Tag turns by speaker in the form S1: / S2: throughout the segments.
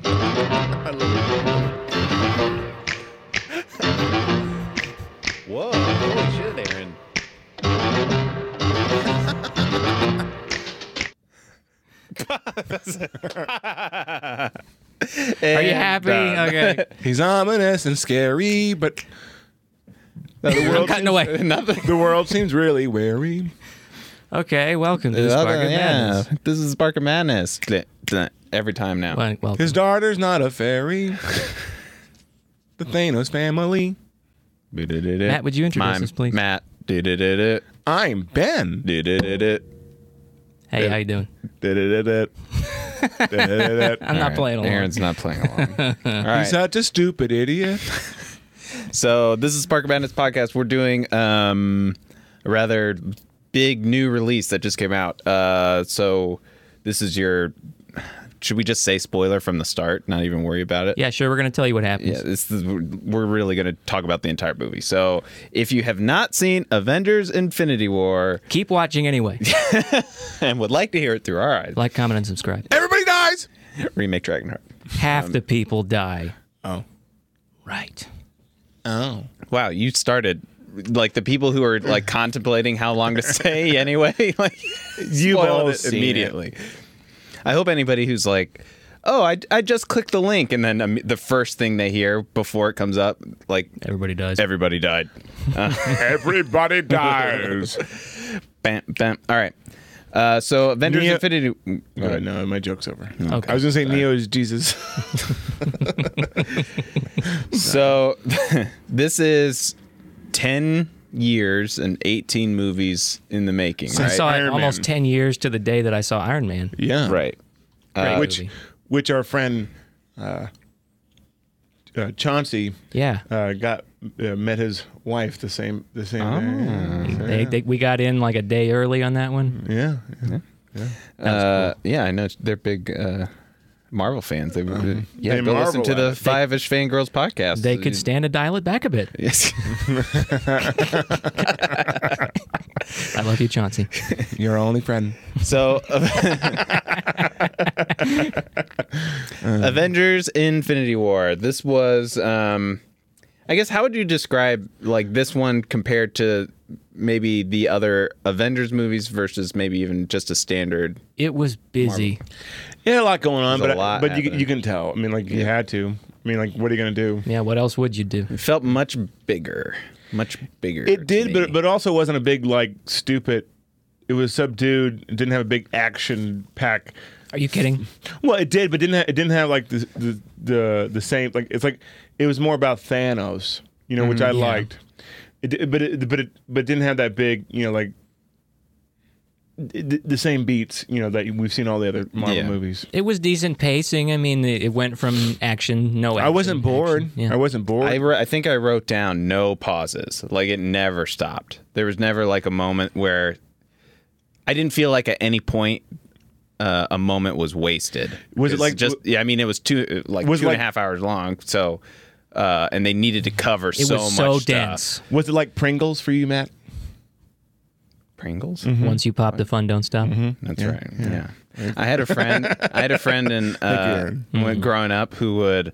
S1: I love it. Whoa! Holy shit, Aaron.
S2: Are you happy?
S1: uh,
S3: uh,
S2: Okay.
S4: He's ominous and scary, but the
S2: I'm
S4: world,
S2: cutting away.
S3: Nothing.
S4: the world seems really wary.
S2: Okay, welcome to the
S3: Other-
S2: Spark of
S3: yeah.
S2: Madness.
S3: This is Spark of Madness. Every time now.
S2: Well, welcome.
S4: His daughter's not a fairy. the Thanos family.
S2: Matt,
S3: Matt,
S2: would you introduce us, please?
S3: Matt. Do-do-do-do.
S4: I'm Ben.
S3: Do-do-do-do.
S2: hey, how you doing?
S4: Da-da-da-da. Da-da-da-da.
S2: I'm not playing along.
S3: Aaron's not playing along. All right.
S4: He's such a stupid idiot.
S3: So this is Spark of Madness podcast. We're doing um, a rather big new release that just came out. Uh, so this is your. Should we just say spoiler from the start? Not even worry about it.
S2: Yeah, sure. We're gonna tell you what happens.
S3: Yeah, this is, we're really going to talk about the entire movie. So, if you have not seen Avengers Infinity War
S2: Keep watching anyway.
S3: and would like to hear it through our eyes,
S2: like, comment, and subscribe.
S4: Everybody dies.
S3: remake Dragonheart.
S2: Half
S4: Um,
S2: the people die.
S4: Oh.
S2: Right.
S4: Oh.
S3: Wow, you started like the people who are like contemplating how long to stay anyway. Like you
S4: all
S3: spoiled it
S4: seen it.
S3: immediately. I hope anybody who's like, oh, I, I just clicked the link, and then um, the first thing they hear before it comes up, like
S2: Everybody dies.
S3: everybody died.
S4: Everybody dies.
S3: Bam, bam. All right. Uh, so Avengers
S4: Neo-
S3: Infinity.
S4: All right, no, my joke's over.
S2: Okay.
S4: I was gonna say Neo is Jesus.
S3: So this is ten years and eighteen movies in the making,
S2: I
S3: right?
S2: saw it
S4: Iron Man.
S2: almost ten years to the day that I saw Iron Man.
S4: yeah.
S3: right.
S2: Great
S4: Uh, Which,
S2: movie.
S4: which our friend uh, uh, Chauncey
S2: Yeah.
S4: uh, got uh, met his wife the same the same day. Yeah, so,
S2: They, they, we got in like a day early on that one.
S4: yeah. yeah.
S3: Uh, Yeah, I know they're big uh, Marvel fans. They yeah,
S4: They
S3: go listen
S4: marvel
S3: to
S4: at
S3: the
S4: it.
S3: Five Ish Fangirls podcast.
S2: Mm-hmm. They could stand to dial it back a bit.
S3: Yes.
S2: I love you, Chauncey.
S4: Your only friend.
S3: so, uh, Avengers: Infinity War. This was, um, I guess, how would you describe like this one compared to maybe the other Avengers movies versus maybe even just a standard?
S2: It was busy.
S4: Yeah, a lot going on,
S3: There's a
S4: but
S3: lot
S4: but you,
S3: happening.
S4: you can tell. I mean, like you had to. I mean, like what are you gonna do?
S2: Yeah. What else would you do?
S3: It felt much bigger, much bigger. to
S4: It did,
S3: me.
S4: but but also wasn't a big like stupid. It was subdued. It didn't have a big action pack.
S2: Are you kidding?
S4: Well, it did, but didn't ha- it didn't have like the, the the the same like it's like it was more about Thanos, you know, which I
S3: Mm-hmm.
S4: liked. It, di- but it, but it but it didn't have that big, you know, like the, the same beats, you know, that we've seen all the other Marvel
S3: Yeah.
S4: movies.
S2: It was decent pacing. I mean, it it went from action, no action.
S4: I wasn't bored.
S2: action. Yeah.
S4: I wasn't bored.
S3: I, wr- I think I wrote down no pauses. Like it never stopped. There was never like a moment where I didn't feel like at any point uh, a moment was wasted.
S4: Was it
S3: It's
S4: like-
S3: just? Yeah, I mean it was two like two and a half
S4: Was it like-
S3: hours long. So, uh, and they needed to cover
S2: It
S3: so
S2: was
S3: much
S2: so
S3: stuff.
S2: dense.
S4: Was it like Pringles for you, Matt? Mm-hmm.
S3: Pringles.
S2: Once you pop, the fun don't stop.
S3: That's right. Yeah. I had a friend. I had a friend in uh, when growing up who would.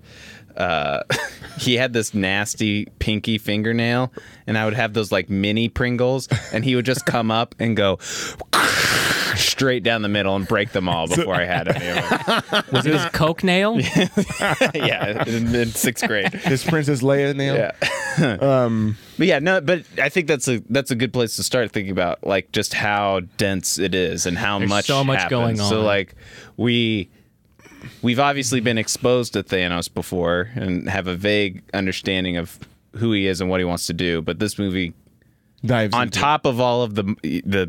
S3: Uh, he had this nasty pinky fingernail, and I would have those like mini Pringles, and he would just come up and go straight down the middle and break them all before I had any of them.
S2: Was it his coke nail?
S3: yeah, in, in sixth grade.
S4: His Princess Leia nail.
S3: Yeah. Um, But yeah, no, but I think that's a that's a good place to start thinking about like just how dense it is and how
S2: There's
S3: much
S2: so much
S3: happens.
S2: going
S3: So
S2: on.
S3: like we we've obviously been exposed to Thanos before and have a vague understanding of who he is and what he wants to do, but this movie
S4: Dives
S3: on
S4: into
S3: top of all of the the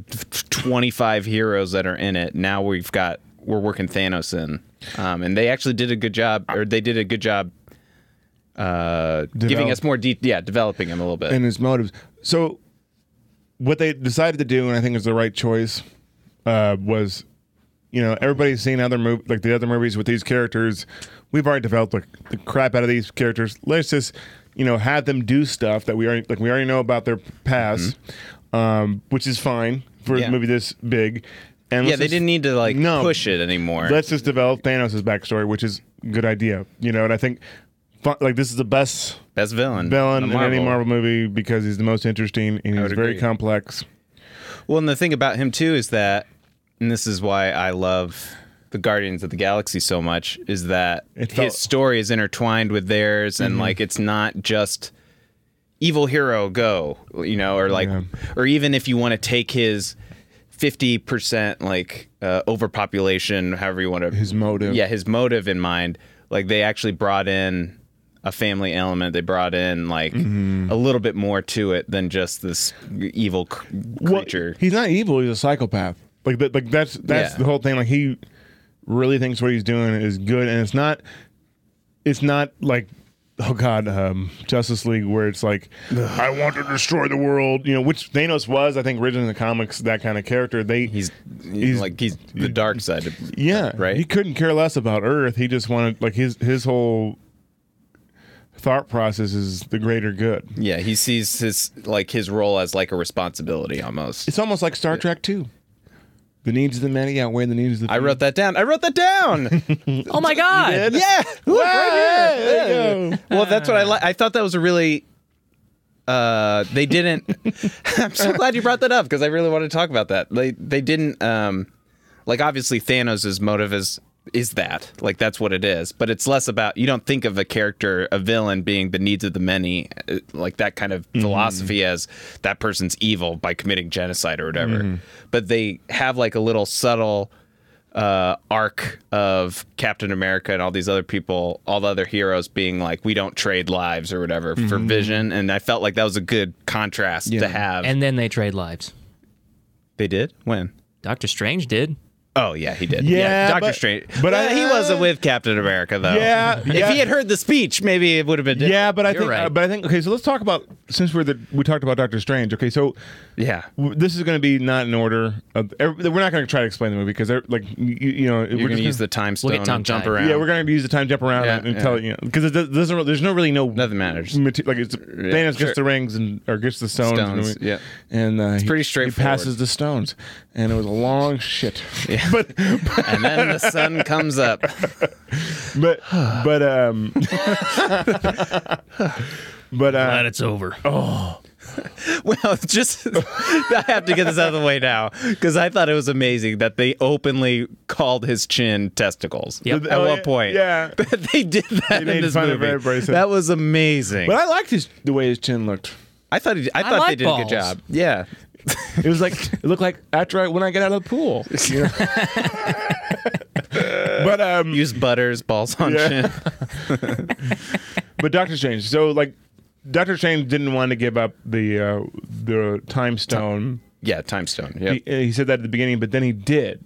S3: 25 heroes that are in it, now we've got we're working Thanos in. Um, and they actually did a good job or they did a good job uh, giving
S4: Develop-
S3: us more deep, yeah, developing him a little bit.
S4: and his motives. So, what they decided to do, and I think is the right choice, uh, was, you know, everybody's seen other mov like the other movies with these characters. We've already developed like, the crap out of these characters. Let's just, you know, have them do stuff that we already like. We already know about their past, um, which is fine for
S3: Mm-hmm. Yeah.
S4: a movie this big. And
S3: yeah,
S4: let's
S3: they
S4: just-
S3: didn't need to like
S4: No.
S3: push it anymore.
S4: Let's just develop Thanos' backstory, which is a good idea, you know. And I think, fu- like, this is the best
S3: Best villain.
S4: villain
S3: of
S4: in any Marvel movie because he's the most interesting and he's
S3: would
S4: very
S3: agree.
S4: complex.
S3: Well, and the thing about him too is that, and this is why I love the Guardians of the Galaxy so much, is that
S4: It felt- Mm-hmm.
S3: his story is intertwined with theirs, and like it's not just evil hero go, you know, or like,
S4: Yeah.
S3: or even if you want to take his fifty percent like uh, overpopulation, however you want to
S4: His motive.
S3: yeah, his motive in mind. Like they actually brought in a family element. They brought in like
S4: Mm-hmm.
S3: a little bit more to it than just this evil cr-
S4: Well,
S3: creature.
S4: he's not evil. He's a psychopath. Like that. Like that's that's
S3: Yeah.
S4: the whole thing. Like he really thinks what he's doing is good, and it's not. It's not like oh god, um, Justice League, where it's like I want to destroy the world. You know, which Thanos was, I think, originally in the comics, that kind of character. They
S3: he's,
S4: he's-
S3: like he's the dark side. Of,
S4: yeah
S3: right?
S4: He couldn't care less about Earth. He just wanted like his his whole thought process is the greater good.
S3: yeah, he sees his like his role as like a responsibility almost.
S4: It's almost like Star Trek Two. The needs of the many outweigh the needs of the
S3: I wrote that down. I wrote that down.
S2: Oh my god!
S3: yeah. Look right here.
S4: There you go. Uh.
S3: Well, that's what I like. I thought that was a really. Uh, they didn't. I'm so glad you brought that up because I really want to talk about that. They they didn't. Um, like obviously Thanos' motive is is that like that's what it is, but it's less about you don't think of a character a villain being the needs of the many, uh, like that kind of philosophy as that person's evil by committing genocide or whatever. But they have like a little subtle uh, arc of Captain America and all these other people, all the other heroes being like, we don't trade lives or whatever for Vision, and I felt like that was a good contrast to have.
S2: And then they trade lives.
S3: they did when.
S2: Doctor Strange did.
S3: Oh yeah, he did.
S4: Yeah,
S3: Doctor
S4: but-
S3: Strange.
S4: but
S3: But
S4: I-
S3: he wasn't with Captain America though.
S4: Yeah,
S3: if
S4: yeah.
S3: he had heard the speech, maybe it would have been. Different.
S4: Yeah, but I
S2: You're
S4: think,
S2: right.
S4: uh, but I think, okay. So let's talk about since we're the we talked about Doctor Strange. Okay, so
S3: yeah,
S4: w- this is going to be not in order. Of, ev- we're not going to try to explain the movie because they're like you, you know
S3: you're
S4: we're
S3: gonna
S4: just
S3: use the time stone
S2: get
S3: and
S2: tongue-tied.
S3: jump around.
S4: yeah we're going to use the time jump around
S3: Yeah,
S4: and
S3: yeah.
S4: tell it you know because it does- doesn't really- there's no really no
S3: Nothing matters.
S4: mate- like it's Thanos gets
S3: sure.
S4: the rings and or gets the stones,
S3: Stones,
S4: and, we-
S3: yeah.
S4: and uh, it's
S3: pretty
S4: he
S3: straightforward.
S4: passes the stones and it was a long shit but
S3: and then the sun comes up.
S4: but but um but uh,
S2: it's over.
S3: Oh, Well, just I have to get this out of the way now because I thought it was amazing that they openly called his chin testicles.
S2: Yep.
S3: At
S4: Oh,
S3: one
S4: yeah,
S3: point,
S4: yeah.
S3: they did that
S4: made
S3: in this
S4: fun
S3: movie.
S4: of everybody, so-
S3: That was amazing.
S4: But I liked his the way his chin looked.
S3: I thought he, I thought they
S2: like
S3: did a good
S2: balls.
S3: job. Yeah,
S4: It was like it looked like after I, when I get out of the pool. you know? but um,
S3: use butters, balls on
S4: Yeah.
S3: chin.
S4: but Doctor Strange. So like, Doctor Strange didn't want to give up the uh, the time stone.
S3: Yeah, time stone. Yeah,
S4: He, he said that at the beginning, but then he did,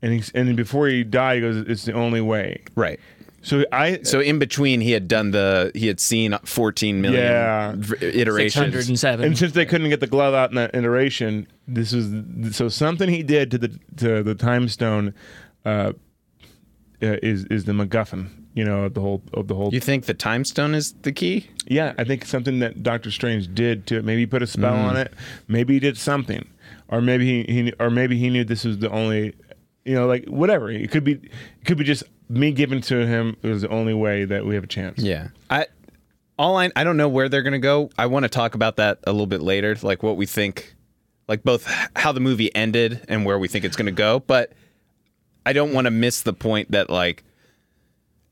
S4: and he and before he died, he goes, "It's the only way."
S3: right.
S4: So I
S3: So in between, he had done the he had seen 14 million
S4: Yeah.
S3: v-
S2: Six hundred
S3: iterations.
S2: and seven.
S4: and since they couldn't get the glove out in that iteration, this was so something he did to the to the time stone uh, uh, is is the MacGuffin, you know, of the whole of the whole.
S3: You think the time stone is the key?
S4: yeah, I think something that Doctor Strange did to it. Maybe he put a spell
S3: Mm.
S4: on it. Maybe he did something, or maybe he, he or maybe he knew this was the only, you know, like whatever. It could be, it could be just me giving to him was the only way that we have a chance.
S3: Yeah. I all I I don't know where they're gonna go. I want to talk about that a little bit later, like what we think, like both h- how the movie ended and where we think it's gonna go. But I don't want to miss the point that like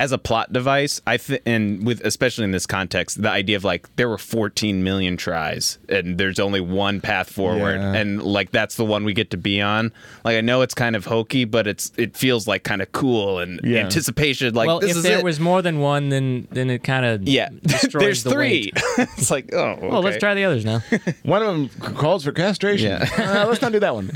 S3: as a plot device, I th- and with especially in this context, the idea of like there were 14 million tries and there's only one path forward,
S4: Yeah.
S3: and like that's the one we get to be on. Like I know it's kind of hokey, but it's it feels like kind of cool and
S4: Yeah.
S3: anticipation. Like
S2: well,
S3: this
S2: if
S3: is
S2: there
S3: it.
S2: was more than one, then then it kind of
S3: Yeah,
S2: Destroys
S3: there's
S2: the
S3: three.
S2: weight.
S3: it's like, oh, okay.
S2: Well, let's try the others now.
S4: One of them c- calls for castration.
S3: Yeah.
S4: Uh, let's not do that one.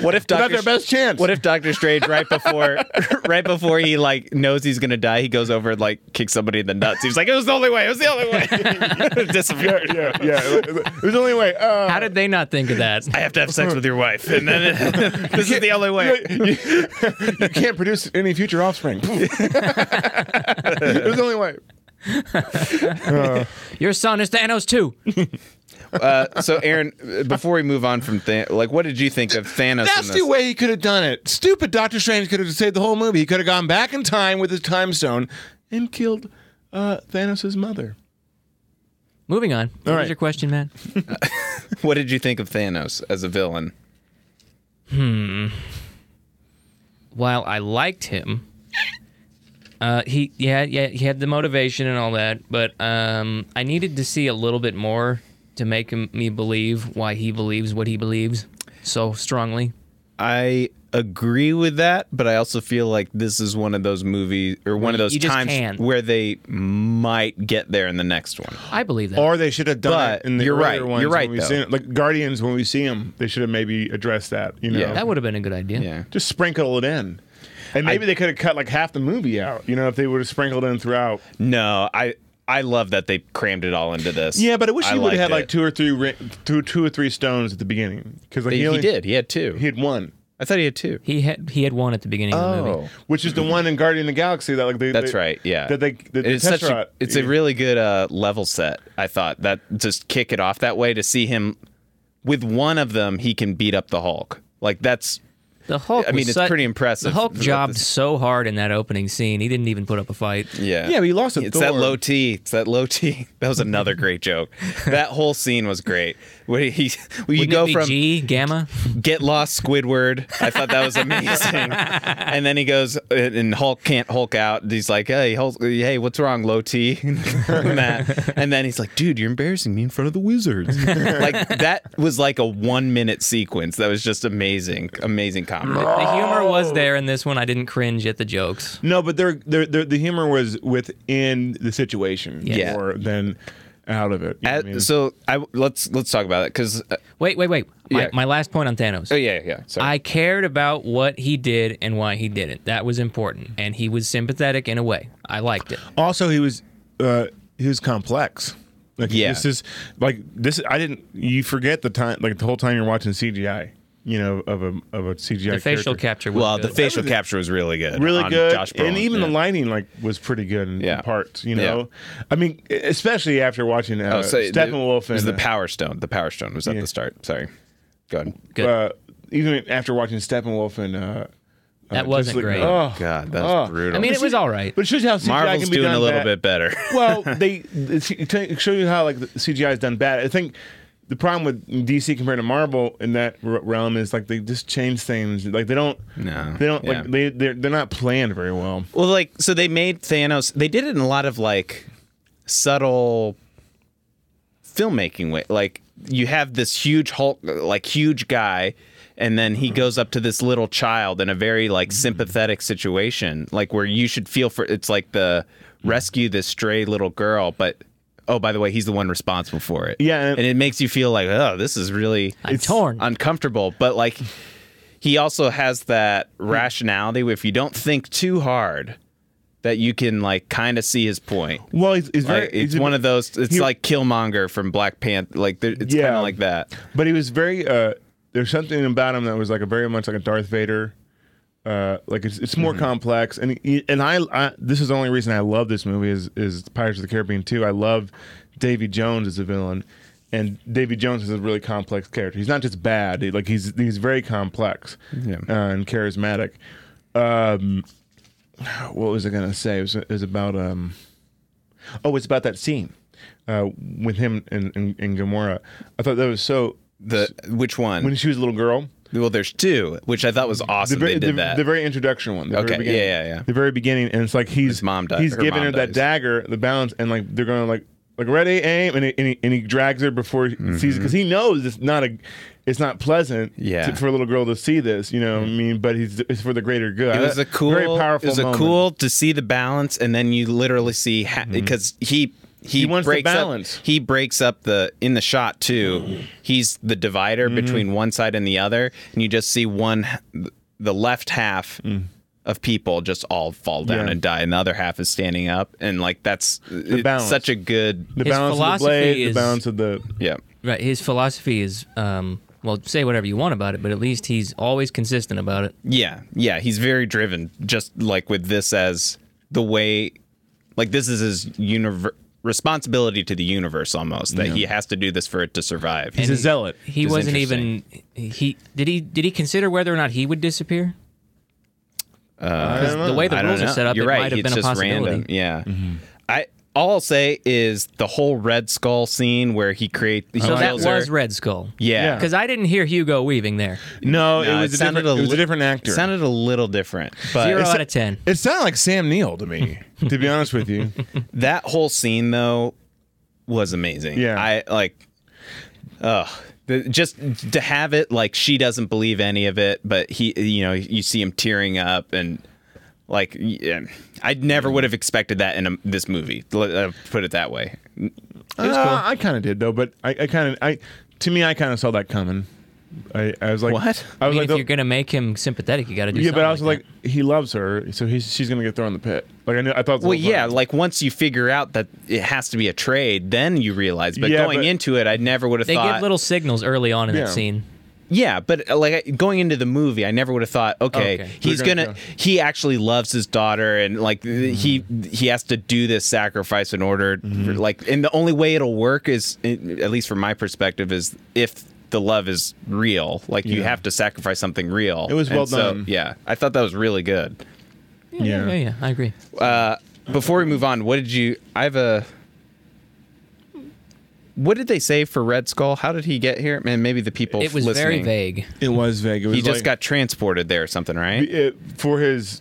S3: What if
S4: Not
S3: Doctor?
S4: their best chance.
S3: What if Doctor Strange right before, right before he like knows he's gonna die, he goes over and like kicks somebody in the nuts. He's like, it was the only way. It was the only way. Disappeared.
S4: yeah, yeah. It was the only way. Uh,
S2: How did they not think of that?
S3: I have to have sex with your wife, and then this is the only way.
S4: you, you can't produce any future offspring. There's the only way.
S2: Your son is Thanos too.
S3: Uh, so, Aaron, uh, before we move on from Thanos, like, what did you think of Thanos?
S5: That's
S3: in
S5: the
S3: this?
S5: way he could have done it. Stupid Doctor Strange could have saved the whole movie. He could have gone back in time with his time stone and killed uh, Thanos' mother.
S2: Moving on. What
S4: right.
S2: was your question, Matt?
S3: What did you think of Thanos as a villain?
S2: While I liked him, uh, he yeah yeah he had the motivation and all that, but um, I needed to see a little bit more to make him, me believe why he believes what he believes so strongly.
S3: I agree with that, but I also feel like this is one of those movies or one of those
S2: you just
S3: times
S2: can't.
S3: where they might get there in the next one.
S2: I believe that.
S4: Or they should have done
S3: But
S4: it in the
S3: you're
S4: earlier
S3: right,
S4: ones
S3: you're right,
S4: when we
S3: though.
S4: see it. Like Guardians, when we see them, they should have maybe addressed that. You know,
S3: Yeah.
S2: that would have been a good idea.
S3: Yeah.
S4: just sprinkle it in, and maybe they could have cut like half the movie out. You know, if they would have sprinkled in throughout.
S3: No, I I love that they crammed it all into this.
S4: Yeah, but I wish he would have had
S3: liked
S4: like
S3: it.
S4: two or three ri- two two or three stones at the beginning because like
S3: He,
S4: only,
S3: did. He had two.
S4: he Oh. had one,
S3: I thought he had two.
S2: He had he had one at the beginning of the
S3: Oh.
S2: movie.
S4: which is the one in Guardian of the Galaxy that like they,
S3: Mm-hmm. That's
S4: they-
S3: right. Yeah.
S4: that they that
S3: it's
S4: the
S3: such a,
S4: Tesseract-
S3: it's a really good uh, level set. I thought that just kick it off that way to see him with one of them he can beat up the Hulk. Like that's
S2: The Hulk.
S3: I mean,
S2: was
S3: it's
S2: such-
S3: pretty impressive
S2: The Hulk
S3: that
S2: jobbed
S3: this-
S2: so hard in that opening scene. He didn't even put up a fight.
S3: yeah.
S4: yeah, but he lost a
S3: It's that
S4: Thor.
S3: low T. It's that low T. That was another great joke. That whole scene was great. Where he, where you
S2: Wouldn't
S3: go
S2: it be
S3: from
S2: G Gamma.
S3: get lost, Squidward. I thought that was amazing. and then he goes uh, and Hulk can't Hulk out. He's like, hey, Hulk, hey, what's wrong, low T? and that, and then he's like, dude, you're embarrassing me in front of the wizards. like that was like a one minute sequence. That was just amazing, amazing comedy.
S2: The humor was there in this one. I didn't cringe at the jokes.
S4: No, but their their their the humor was within the situation
S3: Yeah.
S4: more than out of it. You know what I mean?
S3: At- so I, let's let's talk about it because
S2: Wait, wait, wait. My,
S3: Yeah.
S2: my last point on Thanos.
S3: oh yeah yeah sorry.
S2: I cared about what he did and why he did it. That was important, and he was sympathetic in a way. I liked it.
S4: also he was uh he was complex like
S3: Yeah.
S4: this is like this i didn't you forget the time like the whole time you're watching cgi you know of a of a cgi
S2: The facial
S4: character.
S2: capture. Was
S3: well, the
S2: good.
S3: facial capture was really good.
S4: really
S3: on
S4: good
S3: Josh Brolin.
S4: and even
S3: yeah.
S4: the lighting like was pretty good in, in
S3: Yeah.
S4: parts you know i mean e, especially after watching uh,
S3: Oh, so the-
S4: steppenwolf
S3: it was
S4: and
S3: the Power Stone. The Power Stone was at the start. Sorry, go ahead.
S2: Good.
S4: uh, even after watching steppenwolf and uh
S2: That wasn't
S4: uh, Justice League-
S2: great.
S4: oh
S3: God, that was
S4: oh.
S3: brutal.
S2: I mean, it was all right.
S4: but it shows you how CGI
S3: Marvel's
S4: can be
S3: doing
S4: done
S3: a little
S4: bad.
S3: bit better.
S4: well, they it's- it shows you how like the CGI has done bad. I think the problem with DC compared to Marvel in that r- realm is like they just change things. Like they don't,
S3: No,
S4: they don't
S3: yeah.
S4: like they they're, they're not planned very well.
S3: Well, like so they made Thanos. They did it in a lot of like subtle filmmaking way. Like you have this huge Hulk, like huge guy, and then he goes up to this little child in a very like
S4: Mm-hmm.
S3: sympathetic situation, like where you should feel for. It's like the rescue this stray little girl, but. Oh, by the way, he's the one responsible for it.
S4: Yeah, and-
S3: and it makes you feel like, oh, this is really
S2: I'm torn.
S3: uncomfortable. But like, he also has that rationality where if you don't think too hard, that you can like kind of see his point.
S4: Well, he's, he's very
S3: Like, it's
S4: he's a-
S3: one of those. It's
S4: he-
S3: like Killmonger from Black Panther. Like there- it's kind
S4: Yeah.
S3: of like that.
S4: but he was very. uh There's something about him that was like a very much like a Darth Vader. Uh, like it's, it's
S3: Mm-hmm.
S4: more complex, and he- and I, I this is the only reason I love this movie is is Pirates of the Caribbean 2. I love Davy Jones as a villain, and Davy Jones is a really complex character. He's not just bad; he- like he's he's very complex
S3: Yeah.
S4: uh, and charismatic. Um, what was I gonna say? It was, it was about um, oh, it's about that scene uh, with him and and, and Gamora. I thought that was so
S3: The which one?
S4: when she was a little girl.
S3: well, there's two, which I thought was
S4: The
S3: awesome.
S4: very,
S3: they did
S4: the,
S3: that.
S4: the very introduction one. The
S3: Okay,
S4: Very beginning.
S3: yeah, yeah, yeah.
S4: The very beginning, and it's like he's
S3: mom dies-
S4: He's
S3: her
S4: giving
S3: mom
S4: her that
S3: dies.
S4: dagger, the balance, and like they're going to like like ready aim, and he, and, he, and he drags her before he
S3: Mm-hmm.
S4: sees it because he knows it's not a. It's not pleasant
S3: Yeah. Mm-hmm.
S4: to- for a little girl to see this, you know. what I mean, but he's it's for the greater good.
S3: it was a cool.
S4: Uh, very powerful.
S3: It was a
S4: moment. Mm-hmm.
S3: cool to see the balance, and then you literally see ha- because he. He,
S4: He wants the
S3: breaks
S4: balance.
S3: Up, he breaks up the in the shot too. He's the divider
S4: Mm-hmm.
S3: between one side and the other, and you just see one, the left half of people just all fall down
S4: Mm. Yeah.
S3: and die, and the other half is standing up, and like that's it's
S4: balance.
S3: such a good
S4: The
S2: His
S4: balance of the
S2: philosophy
S4: blade, the
S2: is-
S4: balance of the
S3: yeah.
S2: Right. His philosophy is, um, well, say whatever you want about it, but at least he's always consistent about it.
S3: Yeah, yeah, he's very driven. Just like with this as the way, like this is his univer- responsibility to the universe almost that he has to do this for it to survive.
S2: And
S5: a zealot.
S2: He
S3: Which is
S2: wasn't even. He did he did he consider whether or not he would disappear? Because the way the
S3: I don't
S2: rules are
S3: know.
S2: set up,
S3: You're
S2: it
S3: right.
S2: might have
S3: it's
S2: been a
S3: just
S2: possibility.
S3: random. Yeah.
S4: Mm-hmm.
S3: I all I'll say is the whole Red Skull scene where he create he
S2: So that
S3: kills her.
S2: was Red Skull.
S3: Yeah.
S2: Because I didn't hear Hugo Weaving there.
S4: No,
S3: No,
S4: Oh, it was a different. it was a
S3: li-
S4: different actor.
S3: It sounded a little different, but Uh,
S2: Zero
S3: It's-
S2: out of ten.
S4: it sounded like Sam Neill to me, to be honest with you.
S3: that whole scene though was amazing.
S4: Yeah.
S3: I like. Ugh. The- Just to have it like she doesn't believe any of it, but he, you know, you see him tearing up and like yeah. I never would have expected that in a, this movie. Let- uh, Put it that way.
S4: Uh, I kind of did though, but I, I kind of I to me I kind of saw that coming. I, I was like,
S3: What?
S4: I
S2: I
S4: was
S2: mean,
S4: like,
S2: if
S4: the-
S2: you're gonna make him sympathetic, you got to do
S4: yeah,
S2: something.
S4: but I was
S2: like,
S4: like, he loves her, so he's she's gonna get thrown in the pit. Like I knew, I thought.
S3: Well, yeah, like once you figure out that it has to be a trade, then you realize. But
S4: Yeah,
S3: going
S4: but-
S3: into it, I never would have
S2: that. they
S3: thought.
S2: give little signals early on in
S4: Yeah.
S2: that scene.
S3: yeah, but uh, like I- going into the movie, I never would have thought. Okay,
S2: Okay.
S3: he's
S4: We're gonna
S3: gonna, he actually loves his daughter, and like th- he
S4: Mm-hmm.
S3: he has to do this sacrifice in order. For, like, and the only way it'll work is, i- at least from my perspective, is if the love is real. Like you
S4: Yeah.
S3: have to sacrifice something real.
S4: It was well
S3: And so,
S4: done.
S3: yeah, I thought that was really good.
S4: Yeah.
S2: Yeah, yeah, yeah, I agree.
S3: before we move on, what did you? I have a. What did they say for Red Skull? How did he get here? Man, maybe the people.
S2: It was
S3: listening.
S2: very vague.
S4: it was vague. It was
S3: He just
S4: like-
S3: got transported there or something, right?
S4: it, for his.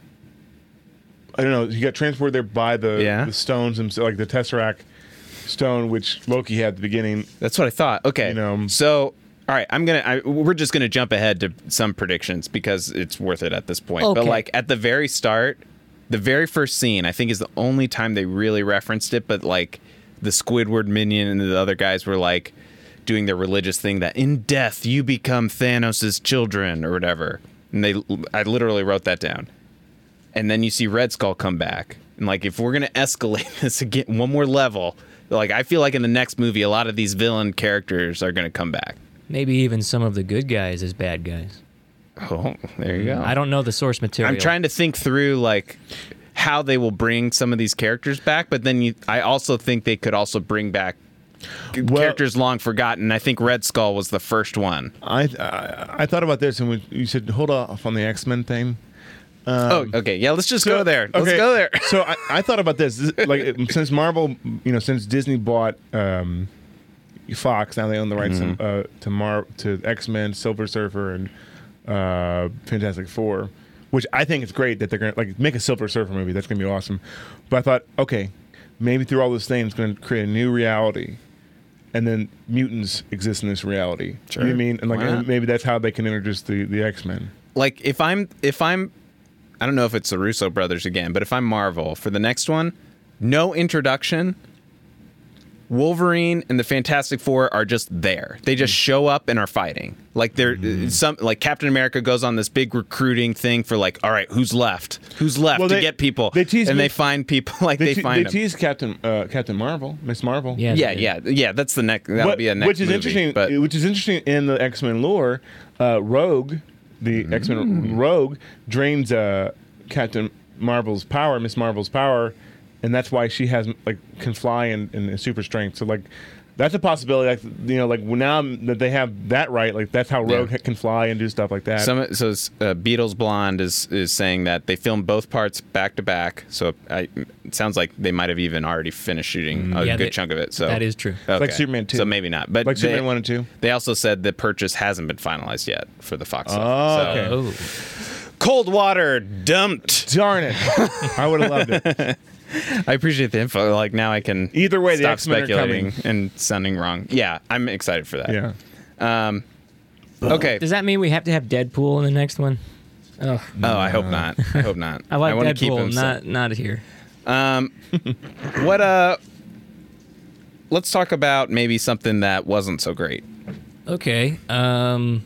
S4: I don't know. He got transported there by the
S3: Yeah.
S4: the stones themselves, like the tesseract stone, which Loki had at the beginning.
S3: That's what I thought. Okay,
S4: You know.
S3: so all right, I'm gonna. I, we're just gonna jump ahead to some predictions because it's worth it at this point. But
S2: Okay.
S3: like at the very start, the very first scene, I think is the only time they really referenced it. But like the Squidward minion and the other guys were like doing their religious thing that in death you become Thanos's children or whatever. And they, I literally wrote that down and then you see Red Skull come back. And like, if we're gonna escalate this again one more level, like I feel like in the next movie, a lot of these villain characters are gonna come back.
S2: Maybe even some of the good guys as bad guys.
S3: Oh, there you go.
S2: I don't know the source material.
S3: I'm trying to think through like how they will bring some of these characters back, but then you, I also think they could also bring back g-
S4: Well-
S3: characters long forgotten. I think Red Skull was the first one.
S4: I I, I thought about this, and we, you said hold off on the X Men thing.
S3: oh, okay. Yeah, let's just go there. Let's
S4: Okay,
S3: go there.
S4: so I, I thought about this. This- like it- since Marvel, you know, since Disney bought um, Fox, now they own the rights
S3: Mm-hmm.
S4: to, uh, to Mar to X Men, Silver Surfer, and uh, Fantastic Four, which I think is great that they're gonna like make a Silver Surfer movie. That's gonna be awesome. But I thought, okay, maybe through all this thing, it's gonna create a new reality. And then mutants exist in this reality. You know what I mean? And like
S3: Why not?
S4: maybe that's how they can introduce the, the X Men.
S3: like if I'm if I'm I don't know if it's the Russo brothers again, but if I'm Marvel for the next one, no introduction. Wolverine and the Fantastic Four are just there. They just
S4: Hmm.
S3: show up and are fighting. Like they're uh, some like Captain America goes on this big recruiting thing for like, all right, who's left? Who's left
S4: Well,
S3: to
S4: they-
S3: get people?
S4: they tease
S3: and
S4: me-
S3: they find people like they,
S4: They, te-
S3: find
S4: they
S3: them.
S4: tease Captain uh, Captain Marvel, Miss Marvel.
S2: Yeah.
S3: yeah, yeah, yeah. That's the next. That'll
S4: What-
S3: be a next.
S4: which is
S3: movie,
S4: interesting.
S3: But
S4: Which is interesting in the X Men lore. Uh, Rogue, the
S3: Mm.
S4: X Men Rogue, drains uh, Captain Marvel's power, Miss Marvel's power, and that's why she has like can fly and, and is super strength. So like. That's a possibility, like you know, like now that they have that right, like that's how Rogue
S3: Yeah.
S4: can fly and do stuff like that.
S3: Some so it's, uh, Beatles Blonde is is saying that they filmed both parts back to back. So I, it sounds like they might have even already finished shooting a
S2: Yeah,
S3: good
S2: they-
S3: chunk of it. So Uh,
S2: that is true. It's
S3: Okay.
S4: like Superman 2.
S3: So maybe not. But
S4: Like
S3: they,
S4: Superman 1 and 2.
S3: They also said the purchase hasn't been finalized yet for the Fox.
S4: Oh,
S3: stuff.
S4: okay.
S2: Oh,
S3: Cold water dumped.
S4: Darn it! I would have loved it.
S3: I appreciate the info. Like now I can
S4: Either way, the
S3: stop
S4: X-Men are
S3: speculating
S4: coming.
S3: and sounding wrong. Yeah, I'm excited for that.
S4: Yeah,
S3: Okay.
S2: does that mean we have to have Deadpool in the next one? Oh,
S3: Oh, I hope not. I hope not.
S2: I like
S3: want to keep
S2: Deadpool.
S3: him
S2: not not here.
S3: What uh let's talk about maybe something that wasn't so great.
S2: Okay. Um,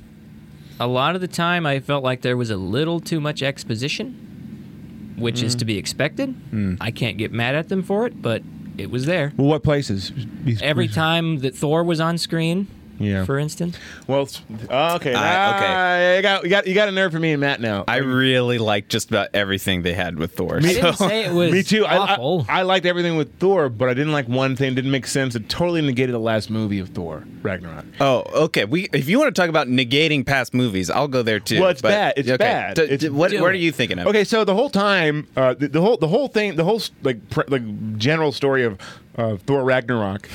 S2: a lot of the time, I felt like there was a little too much exposition, which
S4: Mm.
S2: is to be expected.
S3: Mm.
S2: I can't get mad at them for it, but it was there.
S4: Well, what places?
S2: Every time that Thor was on screen,
S4: Mm-hmm. Yeah.
S2: for instance.
S4: Well, it's- okay.
S3: I- okay.
S4: I, got you got you got a nerve for me and Matt now.
S3: I really like just about everything they had with Thor.
S2: I didn't say it was
S4: Me too. I,
S2: awful.
S4: I, I liked everything with Thor, but I didn't like one thing. Didn't make sense. It totally negated the last movie of Thor Ragnarok.
S3: Oh, okay. We if you want to talk about negating past movies, I'll go there too.
S4: Well, it's bad. It's bad.
S3: D-
S4: It's-
S3: d- what,
S2: Do
S3: what are
S2: it.
S3: you thinking of?
S4: Okay, so the whole time, uh, the, the whole the whole thing, the whole like pre- like general story of of Thor Ragnarok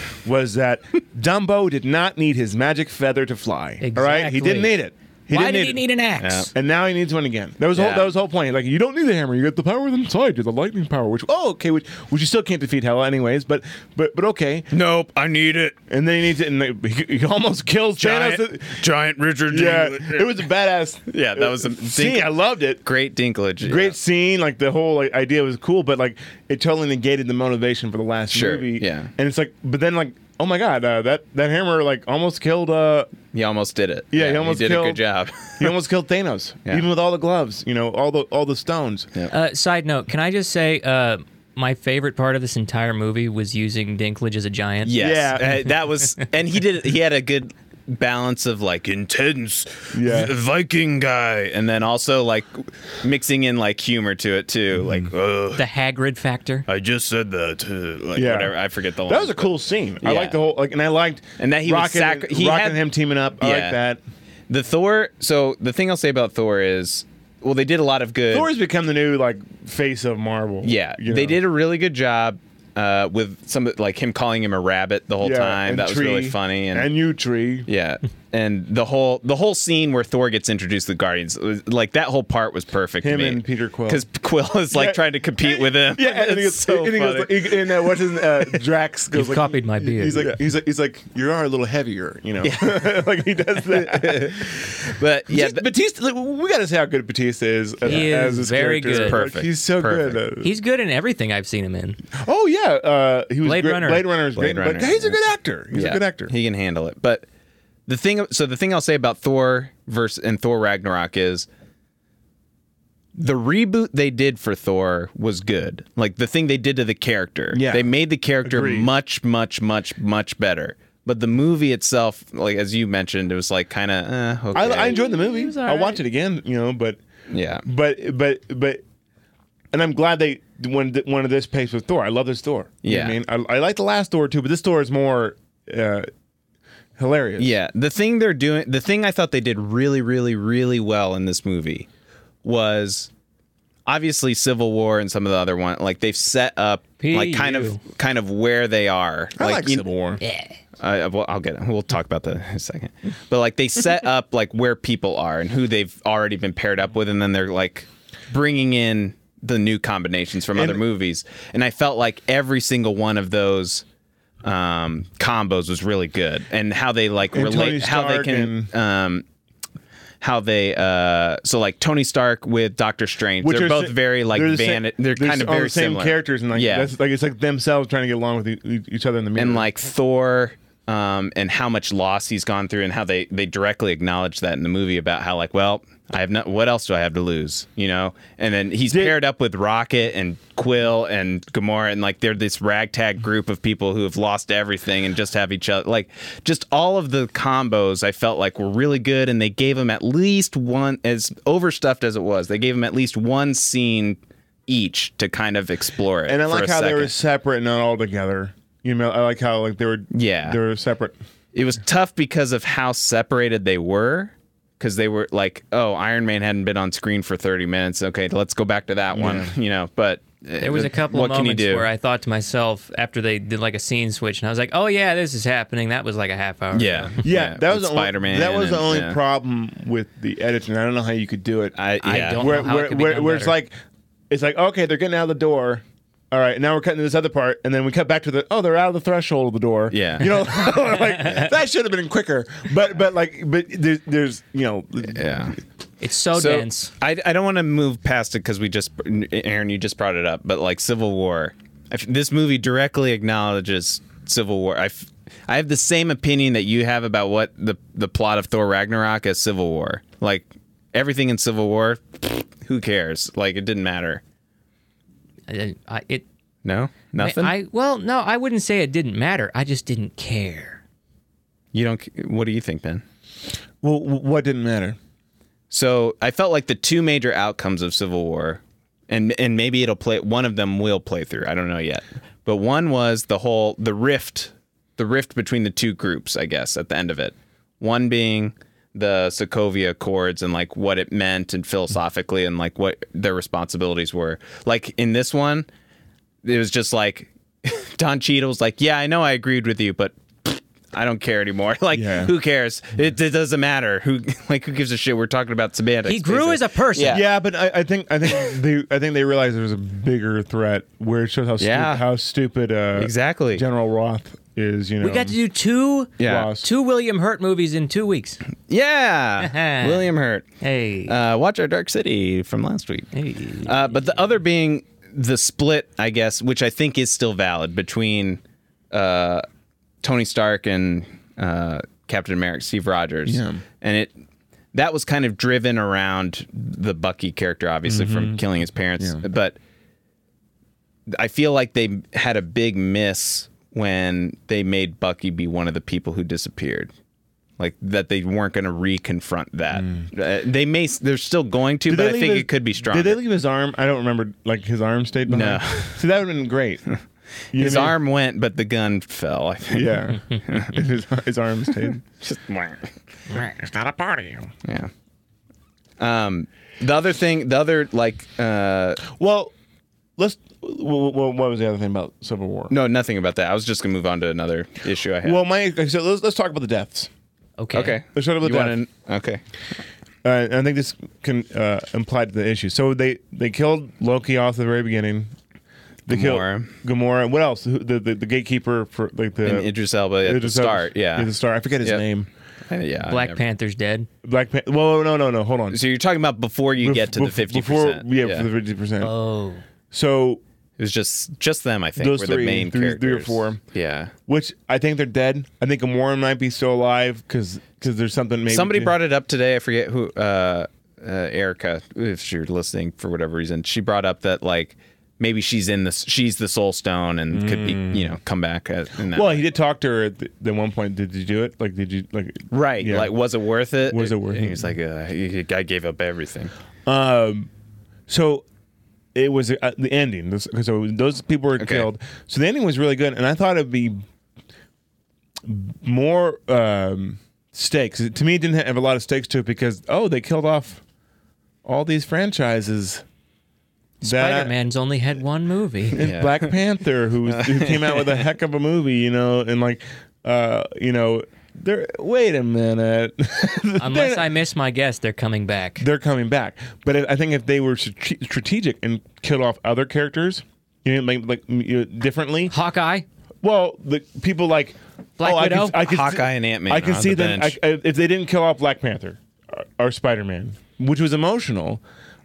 S4: was that Dumbo did not need his magic feather to fly. All right, he didn't
S2: Exactly.
S4: need it. He
S2: Why
S4: didn't
S2: did
S4: need
S2: he
S4: it.
S2: need an axe?
S4: And now he needs one again. That was whole,
S3: Yeah.
S4: that was the whole point. Like you don't need the hammer. You got the power inside you, the lightning power. Which oh okay, which which you still can't defeat Hela anyways. But but but okay.
S3: Nope. I need it.
S4: And then he needs it, and they, he, he almost kills Thanos.
S3: giant Richard.
S4: Yeah,
S3: Dinklage.
S4: it was a badass.
S3: Yeah, that was a-
S4: see. I loved it.
S3: great Dinklage. yeah.
S4: Great scene, like the whole like, idea was cool, but like it totally negated the motivation for the last
S3: Sure,
S4: movie.
S3: yeah.
S4: and it's like, but then like, oh my god, uh, that that hammer like almost killed uh
S3: He almost did it.
S4: Yeah, he almost
S3: did
S4: killed-
S3: a good job.
S4: he almost killed Thanos,
S3: Yeah.
S4: even with all the gloves, you know, all the all the stones.
S2: Uh, side note: Can I just say uh, my favorite part of this entire movie was using Dinklage as a giant?
S3: Yes.
S4: Yeah.
S3: Uh, that was, and he did. He had a good balance of like intense
S4: Yeah.
S3: v- Viking guy, and then also like mixing in like humor to it
S4: Mm-hmm.
S3: too. Like, uh,
S2: the Hagrid factor.
S3: I just said that. uh, like
S4: Yeah.
S3: whatever. I forget the.
S4: That was
S3: lines,
S4: a
S3: but
S4: cool scene. I
S3: Yeah.
S4: liked the whole like, and I liked
S3: And that he was
S4: Rocket,
S3: sac-
S4: and-
S3: he
S4: Rocket
S3: had-
S4: and him teaming up. I like
S3: Yeah.
S4: that.
S3: The Thor. So the thing I'll say about Thor is, well, they did a lot of good.
S4: Thor's become the new like face of Marvel.
S3: Yeah,
S4: you
S3: they
S4: know?
S3: did a really good job uh, with some like him calling him a rabbit the whole
S4: Yeah,
S3: time.
S4: and
S3: That was really
S4: Tree,
S3: funny. And,
S4: and you tree.
S3: yeah, and the whole the whole scene where Thor gets introduced to the Guardians, was- like that whole part was perfect.
S4: Him and Peter Quill.
S3: because Quill is like
S4: Yeah.
S3: trying to compete with him.
S4: Yeah, and, he goes,
S3: it's so
S4: and he goes,
S3: funny.
S4: like- and uh, what's his uh, Drax goes
S2: You've
S4: like,
S2: copied my beard.
S4: He's like, he's like, he's like, you are a little heavier, you know. like he does that.
S3: but yeah,
S4: Batista, Batista like, we got to say how good Batista is. As,
S2: He
S4: as
S2: is
S4: his
S2: very
S4: character.
S2: good.
S4: Like,
S3: Perfect.
S4: he's so good.
S3: Perfect.
S4: at-
S2: He's good in everything I've seen him in.
S4: oh yeah, uh, he was
S2: Blade
S4: great.
S2: Runner.
S4: Blade Runner is
S3: Blade
S4: great, but
S3: Runner,
S4: he's a
S3: yeah.
S4: good actor. He's a
S3: Yeah,
S4: good actor.
S3: He can handle it. But the thing, so the thing I'll say about Thor versus and Thor Ragnarok is the reboot they did for Thor was good. Like the thing they did to the character,
S4: Yeah.
S3: they made the character
S4: Agreed.
S3: much, much, much, much better. But the movie itself, like as you mentioned, it was like kind of eh, okay.
S4: I, I enjoyed the movie.
S2: was all
S4: I'll
S2: right.
S4: watch it again, you know, but
S3: yeah.
S4: but but but and I'm glad they went th- went at this pace with Thor. I love this Thor. You know
S3: Yeah.
S4: what I mean, I, I like the last Thor too, but this Thor is more uh, hilarious.
S3: Yeah, the thing they're doing, the thing I thought they did really, really, really well in this movie was obviously Civil War and some of the other one. Like they've set up like kind of
S2: PU.
S3: kind of where they are.
S4: I like,
S3: you-
S4: Civil War.
S3: I- well, I'll get. We'll talk about that in a second. But like they set up like where people are and who they've already been paired up with, and then they're like bringing in the new combinations from other movies. And I felt like every single one of those um, combos was really good, and how they like
S4: And Tony
S3: relate, how they
S4: Stark
S3: can. Um, how they uh so like Tony Stark with Doctor Strange, they're
S4: are
S3: both
S4: si-
S3: very like
S4: the
S3: they're,
S4: sa-
S3: they're kind of
S4: all
S3: very
S4: the same
S3: similar.
S4: characters and like
S3: Yeah.
S4: that's, like it's like themselves trying to get along with e- each other in the mirror.
S3: and like Thor um, and how much loss he's gone through and how they they directly acknowledge that in the movie about how like well I have not what else do I have to lose you know and then he's paired up with Rocket and Quill and Gamora and like they're this ragtag group of people who have lost everything and just have each other like just all of the combos I felt like were really good and they gave him at least one as overstuffed as it was they gave him at least one scene each to kind of explore it
S4: and I
S3: for
S4: like
S3: a
S4: how they were
S3: second.
S4: separate and not all together. You know, I like how like they were
S3: Yeah.
S4: they were separate.
S3: it was tough because of how separated they were because they were like oh iron man hadn't been on screen for 30 minutes okay let's go back to that one you know but uh,
S2: There was a couple
S3: what
S2: of moments
S3: can you do
S2: where I thought to myself after they did like a scene switch, and I was like, "Oh yeah, this is happening." That was like a half hour.
S3: yeah
S4: Yeah, that
S3: with
S4: was the only-
S3: spider-man
S4: That was the
S3: and-
S4: only
S3: yeah.
S4: problem with the editing. I don't know how you could do it.
S3: I,
S2: I
S3: yeah.
S2: don't- know
S4: where
S2: how it
S4: where,
S2: could be
S4: where,
S2: done
S4: where it's
S2: better.
S4: like it's like okay they're getting out of the door all right now we're cutting to this other part and then we cut back to the oh they're out of the threshold of the door
S3: Yeah.
S4: you know like that should have been quicker but but like but there's, there's you know
S3: yeah
S2: it's so,
S3: so
S2: dense.
S3: I, I don't want to move past it because we just aaron you just brought it up but like civil war I f this movie directly acknowledges civil war I, f- I have the same opinion that you have about what the, the plot of thor ragnarok as civil war like everything in civil war who cares like it didn't matter
S2: I, I, it.
S3: no
S2: I,
S3: nothing
S2: I well, no, I wouldn't say it didn't matter. I just didn't care.
S3: You don't. c- What do you think, Ben?
S5: Well, w- what didn't matter?
S3: So I felt like the two major outcomes of Civil War, and and maybe it'll play one of them will play through. I don't know yet, but one was the whole the rift, the rift between the two groups. I guess at the end of it, one being the Sokovia Accords and like what it meant and philosophically and like what their responsibilities were. Like in this one, it was just like Don Cheadle's like, yeah, I know I agreed with you, but I don't care anymore. Like,
S4: Yeah.
S3: who cares? It, it doesn't matter. Who like who gives a shit? We're talking about semantics.
S2: He grew as a person.
S3: Yeah.
S4: Yeah, but I, I think I think they I think they realized there was a bigger threat where it shows how
S3: Yeah.
S4: stu- how stupid uh,
S3: Exactly.
S4: General Roth is. You know,
S2: We got to do two
S3: Yeah.
S4: Lost.
S2: two William Hurt movies in two weeks.
S3: Yeah. William Hurt.
S2: Hey.
S3: Uh, watch our Dark City from last week.
S2: hey.
S3: Uh, but the other being the split, I guess, which I think is still valid between uh, Tony Stark and uh, Captain America, Steve Rogers, and it that was kind of driven around the Bucky character, obviously
S4: Mm-hmm.
S3: from killing his parents. But I feel like they had a big miss when they made Bucky be one of the people who disappeared. Like that, they weren't going to reconfront that. Uh, they may, s- they're still going to,
S4: Did
S3: but
S4: Mm. they
S3: I
S4: leave
S3: think
S4: his-
S3: it could be stronger.
S4: Did they leave his arm? I don't remember. Like his arm stayed behind.
S3: No.
S4: See, that would have been great. You know
S3: His
S4: what I
S3: arm went, but the gun fell. I think.
S4: mean? Yeah. If his, his arm stayed.
S3: Just whack.
S5: It's not a party.
S3: yeah. Um, the other thing, the other like, uh,
S4: Well, let's. Well, well, what was the other thing about Civil War?
S3: no, nothing about that. I was just gonna move on to another issue I had.
S4: Well, my so let's, let's talk about the deaths.
S2: Okay.
S3: okay.
S4: Let's talk about
S3: You
S4: that.
S3: wanna- okay.
S4: Uh, I think this can uh, imply to the issue. So they they killed Loki off at the very beginning. They
S3: Gamora.
S4: killed Gamora. What else? Who- The the, the gatekeeper for like the
S3: And Idris Elba at
S4: Idris
S3: the
S4: Elba-
S3: start. Yeah.
S4: at the start. I forget his
S3: Yep.
S4: name.
S3: Uh, yeah. I
S2: Black
S3: never-
S2: Panther's dead.
S4: Black Panther. Well, no, no, no. Hold on.
S3: So you're talking about before you get to
S4: Bef-
S3: the fifty
S4: before-
S3: percent.
S4: Yeah, for the fifty percent.
S2: Oh.
S4: so
S3: it was just just them. I think
S4: Those
S3: were
S4: three,
S3: the main
S4: three-
S3: characters.
S4: three or four.
S3: Yeah.
S4: which I think they're dead. I think Gamora might be still alive because there's something maybe
S3: Somebody
S4: to-
S3: brought it up today. I forget who. Uh, uh, Erica, if you're listening for whatever reason, she brought up that like maybe she's in this. She's the Soul Stone and could be you know come back. At, in that.
S4: Mm. Well, he did talk to her at, the, at one point. Did you do it? Like, did you like?
S3: right.
S4: yeah.
S3: Like, was it worth it?
S4: Was it worth
S3: And
S4: it?
S3: He's like, uh, he- I gave up everything.
S4: So it was uh, the ending. This, so those people were killed. So the ending was really good, and I thought it'd be more um, stakes. To me, it didn't have a lot of stakes to it because oh, they killed off all these franchises. That-
S2: Spider Man's only had one movie.
S4: and
S3: Yeah.
S4: Black Panther, who was, who came out with a heck of a movie, you know, and like, uh, you know, they're wait a minute,
S2: Unless
S4: They're-
S2: I miss my guess, they're coming back.
S4: they're coming back. But I I think if they were strate- strategic and killed off other characters, you know, like like m- you know, differently.
S2: Hawkeye?
S4: Well, the people like
S2: Black
S4: oh, I
S2: Widow,
S4: can, I can
S3: Hawkeye
S4: see,
S3: and Ant-Man
S4: I can
S3: on
S4: see
S3: the
S4: them I,
S3: bench.
S4: I- if they didn't kill off Black Panther or, or Spider Man, which was emotional.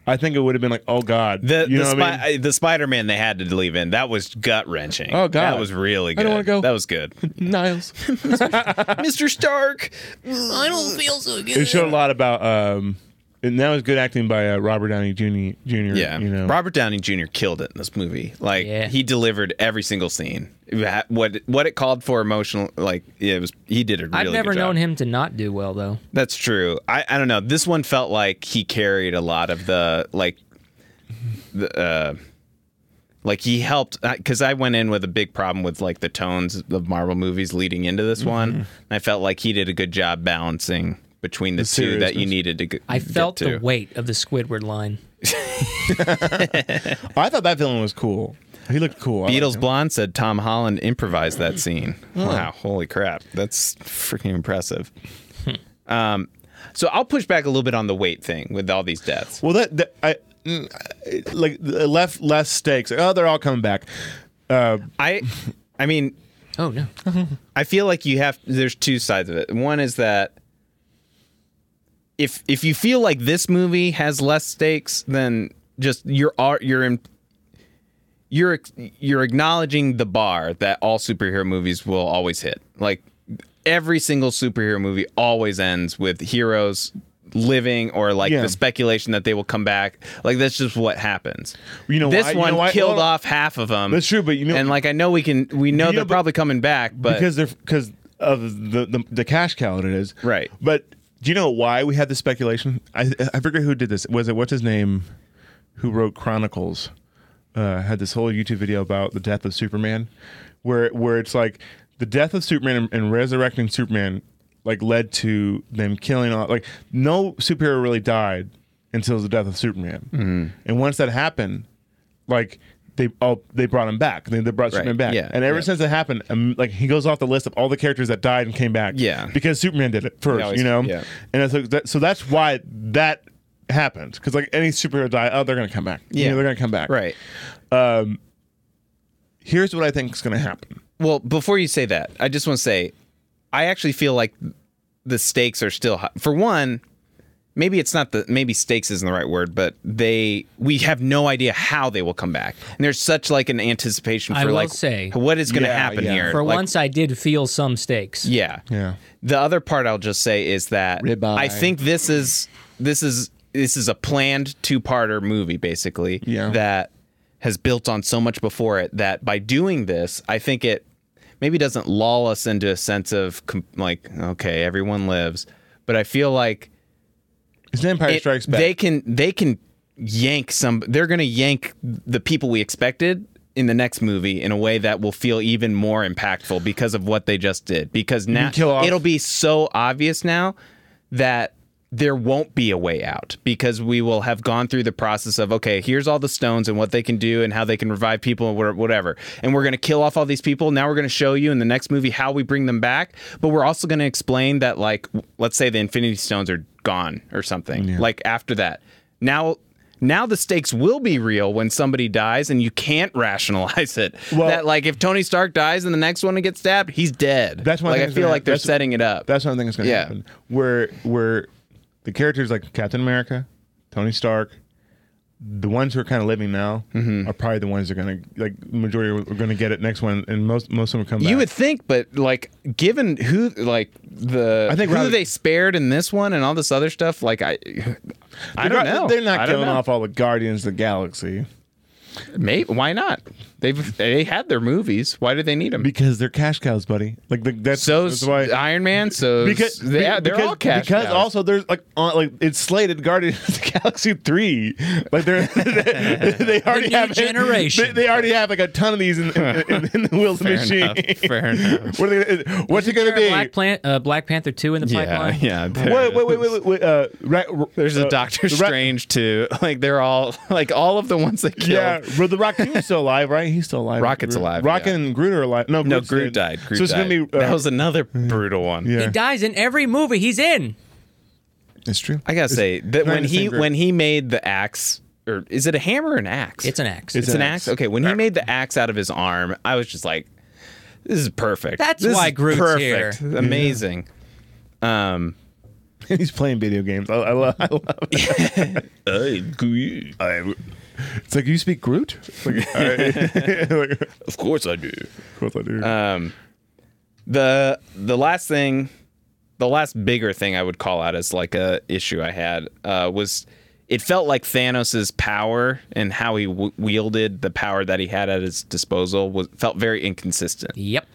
S4: I think it would have been like, oh god,
S3: The
S4: you
S3: the,
S4: know
S3: Spi-
S4: what I mean?
S3: the Spider Man they had to leave in that was gut wrenching.
S4: Oh, God.
S3: that was really
S4: I
S3: good.
S4: don't wanna go.
S3: That was good,
S4: Niles.
S3: Mr. Stark.
S4: It showed a lot about, um, and that was good acting by uh, Robert Downey Jr. Jr.
S3: Yeah,
S4: you know,
S3: Robert Downey Jr. killed it in this movie. Like
S2: Yeah.
S3: he delivered every single scene. Ha- What what it called for emotional, like it was. He did a really.
S2: I've never
S3: good job.
S2: known him to not do well, though.
S3: That's true. I I don't know. This one felt like he carried a lot of the like the. Uh, like he helped because I went in with a big problem with like the tones of Marvel movies leading into this one, and
S4: Mm-hmm.
S3: I felt like he did a good job balancing between the, two that you
S4: seriousness.
S3: needed to. g-
S2: I
S3: get
S2: felt
S3: to.
S2: the weight of the Squidward line.
S4: I thought that villain was cool. He looked cool. I liked
S3: Beatles
S4: him.
S3: Blonde said Tom Holland improvised that scene. Wow, holy crap. That's freaking impressive. um, so I'll push back a little bit on the weight thing with all these deaths.
S4: Well, that, that I mm, I- like the left less stakes. Oh, they're all coming back. Uh,
S3: I I mean,
S2: Oh, no.
S3: I feel like you have there's two sides of it. One is that if if you feel like this movie has less stakes then just you're ar- you're in you're ex- you're acknowledging the bar that all superhero movies will always hit. Like every single superhero movie always ends with heroes living or like
S4: Yeah.
S3: the speculation that they will come back. Like that's just what happens.
S4: You know
S3: this
S4: why- you
S3: one
S4: know why-
S3: killed
S4: hold on.
S3: off half of them.
S4: That's true, but you know-
S3: and like I know we can we know
S4: You know,
S3: they're
S4: but-
S3: probably coming back, but
S4: because they're because of the, the the cash cow that it is.
S3: Right.
S4: But do you know why we had the speculation? I I forget who did this. Was it what's his name? Who wrote Chronicles? Uh, had this whole YouTube video about the death of Superman, where where it's like the death of Superman and, and resurrecting Superman like led to them killing all like no superhero really died until the death of Superman,
S3: Mm-hmm.
S4: and once that happened, like they all they brought him back. They, they brought Superman back,
S3: yeah,
S4: and ever
S3: yeah.
S4: since it happened, um, like he goes off the list of all the characters that died and came back.
S3: Yeah.
S4: because Superman did it first,
S3: always-
S4: you know.
S3: yeah.
S4: and it's like that, so that's why that happened because like any superhero die, oh, they're gonna come back. You
S3: Yeah.
S4: know, they're gonna come back.
S3: Right.
S4: Here's what I think is gonna happen.
S3: Well, before you say that, I just want to say, I actually feel like the stakes are still high. For one, maybe it's not the maybe stakes isn't the right word, but they we have no idea how they will come back, and there's such like an anticipation for
S2: I will
S3: like
S2: say-
S3: what is going to
S4: Yeah,
S3: happen
S4: yeah.
S3: here.
S2: For
S3: Like,
S2: once, I did feel some stakes.
S3: yeah,
S4: Yeah.
S3: The other part I'll just say is that I think this is this is this is a planned two-parter movie basically
S4: Yeah.
S3: that has built on so much before it that by doing this, I think it maybe doesn't lull us into a sense of com- like okay, everyone lives, but I feel like
S4: His Empire
S3: it-
S4: Strikes Back.
S3: they can they can yank some they're going to yank the people we expected in the next movie in a way that will feel even more impactful because of what they just did because now
S4: kill off-
S3: it'll be so obvious now that there won't be a way out because we will have gone through the process of okay here's all the stones and what they can do and how they can revive people and wha- whatever and we're going to kill off all these people now we're going to show you in the next movie how we bring them back but we're also going to explain that like w- let's say the infinity stones are gone or something like after that now now the stakes will be real when somebody dies and you can't rationalize it
S4: Well-
S3: that like if tony stark dies and the next one and gets stabbed he's dead
S4: That's one
S3: like
S4: thing
S3: i
S4: that's
S3: feel
S4: gonna
S3: like they're
S4: hap- that's-
S3: setting it up
S4: That's one thing that's going to
S3: Yeah.
S4: happen. Where where the characters like Captain America, Tony Stark, the ones who are kind of living now
S3: Mm-hmm.
S4: are probably the ones that are going to like majority are going to get it next one, and most most of them come back.
S3: You would think, but like, given who, like the
S4: I think
S3: who
S4: rather-
S3: they spared in this one and all this other stuff, like I, I don't know.
S4: They're not
S3: I don't
S4: killing
S3: know.
S4: off all the Guardians of the Galaxy
S3: Maybe why not? They've they had their movies. Why do they need them?
S4: because they're cash cows, buddy. Like the, that's,
S3: so
S4: that's why.
S3: Iron Man. So
S4: because
S3: they,
S4: be-
S3: they're
S4: because,
S3: all cash
S4: because
S3: cows.
S4: also there's like on, like it's slated Guardians of the Galaxy three like they're they already
S2: new
S4: have
S2: generation.
S4: they, they already have like a ton of these in, in, in, in the wheels of the
S3: Fair
S4: machine
S3: enough, fair enough.
S4: what are they, what's it gonna
S2: There
S4: be
S2: are Black, Plan- uh, Black Panther 2 in the pipeline.
S3: yeah.
S4: wait wait wait wait, wait, wait uh, ra-
S3: There's a
S4: uh,
S3: Doctor
S4: the Ra-
S3: Strange too. Like they're all like all of the ones that killed.
S4: yeah, but the Rock Team's still alive, right? He's still alive.
S3: Rocket's
S4: Groot-
S3: alive,
S4: Rocket
S3: yeah.
S4: and Groot are alive. No,
S3: No,
S4: Groot's
S3: Groot
S4: dead.
S3: died. Groot
S4: so it's
S3: died. Hmm.
S4: gonna be. Uh,
S3: that was another brutal one.
S4: yeah,
S2: He dies in every movie he's in.
S4: it's true.
S3: I gotta say that
S4: not
S3: when
S4: the same
S3: he
S4: group.
S3: when he made the axe, or is it a hammer or an axe?
S2: It's an axe.
S3: It's, an axe. Okay, when he made the axe out of his arm, I was just like, "This is perfect.
S2: That's
S3: This
S2: why
S3: is
S2: Groot's
S3: perfect.
S2: here.
S3: Amazing." Um,
S4: He's playing video games. I, I love. I love it. It's like you speak Groot. It's like, all right. Like,
S1: Of course I do.
S4: of course I do.
S2: Uh,
S3: the the last thing the last bigger thing I would call out as like a issue I had uh, was it felt like Thanos's power and how he w- wielded the power that he had at his disposal was felt very inconsistent.
S2: Yep.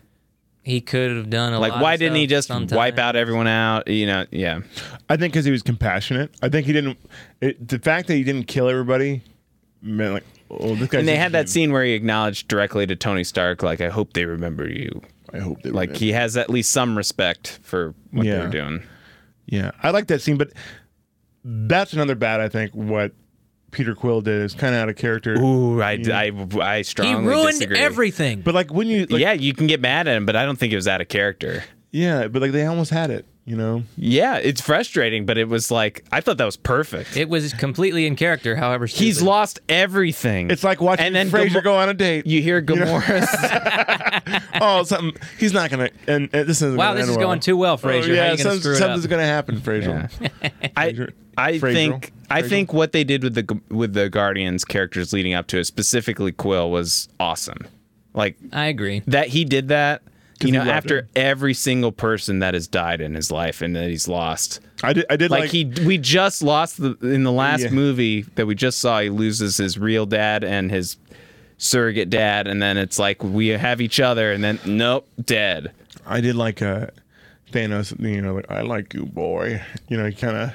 S2: He could have done a lot.
S3: Like
S2: of
S3: why didn't he
S2: stuff
S3: just
S2: sometime.
S3: wipe out everyone out? You know, yeah.
S4: I think because he was compassionate. I think he didn't. It, the fact that he didn't kill everybody meant like, oh, this guy.
S3: And they had that scene where he acknowledged directly to Tony Stark, like, "I hope they remember you."
S4: I hope they
S3: Like
S4: remember.
S3: he has at least some respect for what they
S4: Yeah.
S3: were doing.
S4: Yeah, I like that scene, but that's another bad. I think what Peter Quill did is kind of out of character.
S3: Ooh, I, I, I
S2: He
S3: strongly
S2: ruined
S3: disagree.
S2: everything.
S4: But like when you, like, yeah,
S3: yeah, you can get mad at him, but I don't think it was out of character.
S4: but like they almost had it. You know,
S3: Yeah, it's frustrating, but it was like I thought that was perfect.
S2: it was completely in character, however.
S3: He's
S2: stupid.
S3: lost everything.
S4: it's like watching
S3: and then
S4: Fraser
S3: Gamor-
S4: go on a date.
S3: You hear Gamora's
S4: oh, something. He's not gonna. And, and this is
S2: Wow, this is going too well, Fraser. How
S4: yeah,
S2: you gonna
S4: some-
S2: screw it
S4: something's
S2: up?
S4: gonna happen, Fraser.
S3: I,
S4: Fraser-
S3: I
S4: Frasier?
S3: think I think what they did with the Gu- with the Guardians characters leading up to it, specifically Quill, was awesome. Like
S2: I agree.
S3: that he did that, you
S4: he
S3: know,
S4: loved
S3: after
S4: her.
S3: every single person that has died in his life and that he's lost.
S4: I did. I did
S3: Like,
S4: like,
S3: he, we just lost the in the last
S4: Yeah.
S3: movie that we just saw. He loses his real dad and his surrogate dad, and then it's like we have each other, and then nope, dead.
S4: I did like uh, Thanos. You know, like I like you, boy. You know, kind of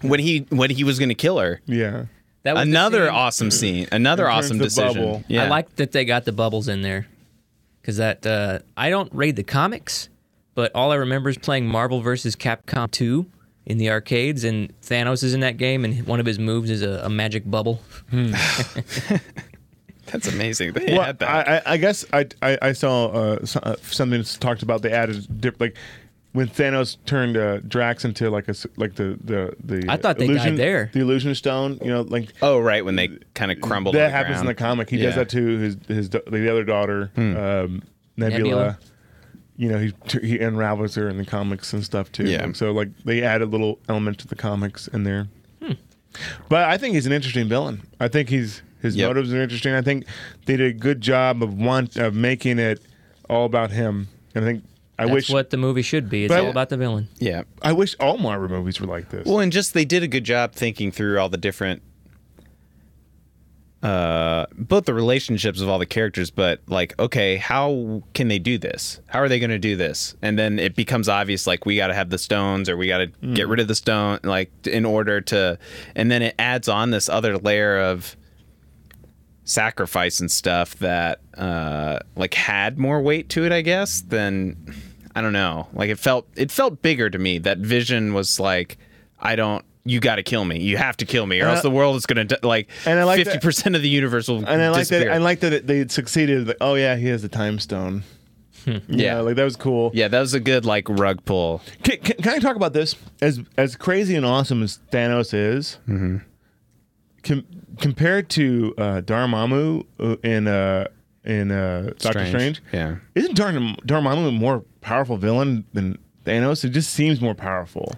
S3: when he when he was gonna kill her.
S4: yeah.
S2: That was the
S3: Another
S2: scene.
S3: awesome scene. Another
S4: turns
S3: awesome
S4: the
S3: decision.
S4: bubble.
S3: Yeah,
S2: I like that they got the bubbles in there because that uh, I don't read the comics, but all I remember is playing Marvel vs. Capcom 2 in the arcades, and Thanos is in that game, and one of his moves is a, a magic bubble.
S3: that's amazing. They
S4: Well,
S3: had that.
S4: I, I, I guess I I, I saw uh, so- uh, something that's talked about the added dip like. When Thanos turned uh, Drax into like a s- like the the the
S2: I thought they died
S4: illusion,
S2: there.
S4: the illusion stone you know like
S3: oh right, when they kind of crumbled. on
S4: that
S3: the
S4: happens in
S3: ground.
S4: the comic. He does
S3: Yeah. Hmm.
S4: that to his his da- the other daughter, um, Nebula.
S2: Nebula.
S4: You know, he t- he unravels her in the comics and stuff too.
S3: Yeah.
S4: So like they add a little element to the comics in there.
S2: Hmm.
S4: But I think he's an interesting villain. I think he's his
S3: Yep.
S4: motives are interesting. I think they did a good job of want of making it all about him. And I think I
S2: That's
S4: wish
S2: what the movie should be. It's
S4: But-
S2: all about the villain.
S3: Yeah.
S4: I wish all Marvel movies were like this.
S3: Well, and just they did a good job thinking through all the different uh both the relationships of all the characters but like okay how can they do this how are they going to do this and then it becomes obvious like we got to have the stones or we got to get
S4: Mm.
S3: rid of the stone like in order to and then it adds on this other layer of sacrifice and stuff that uh like had more weight to it i guess than i don't know like it felt it felt bigger to me that vision was like i don't you got to kill me you have to kill me or
S4: And
S3: else the
S4: I-
S3: world is gonna di- like
S4: And I like that-
S3: 50% of the universe will
S4: and I like that.
S3: disappear.
S4: I like that it, they succeeded. Like, oh yeah, he has the time stone.
S2: Hmm.
S3: Yeah.
S4: like that was cool.
S3: yeah that was a good like rug pull
S4: Can, can, can I talk about this? As as crazy and awesome as Thanos is,
S3: Mm-hmm.
S4: com- compared to uh, Dormammu uh, in uh, in uh, Doctor Strange,
S3: yeah
S4: isn't Dar- Dormammu a more powerful villain than Thanos? It just seems more powerful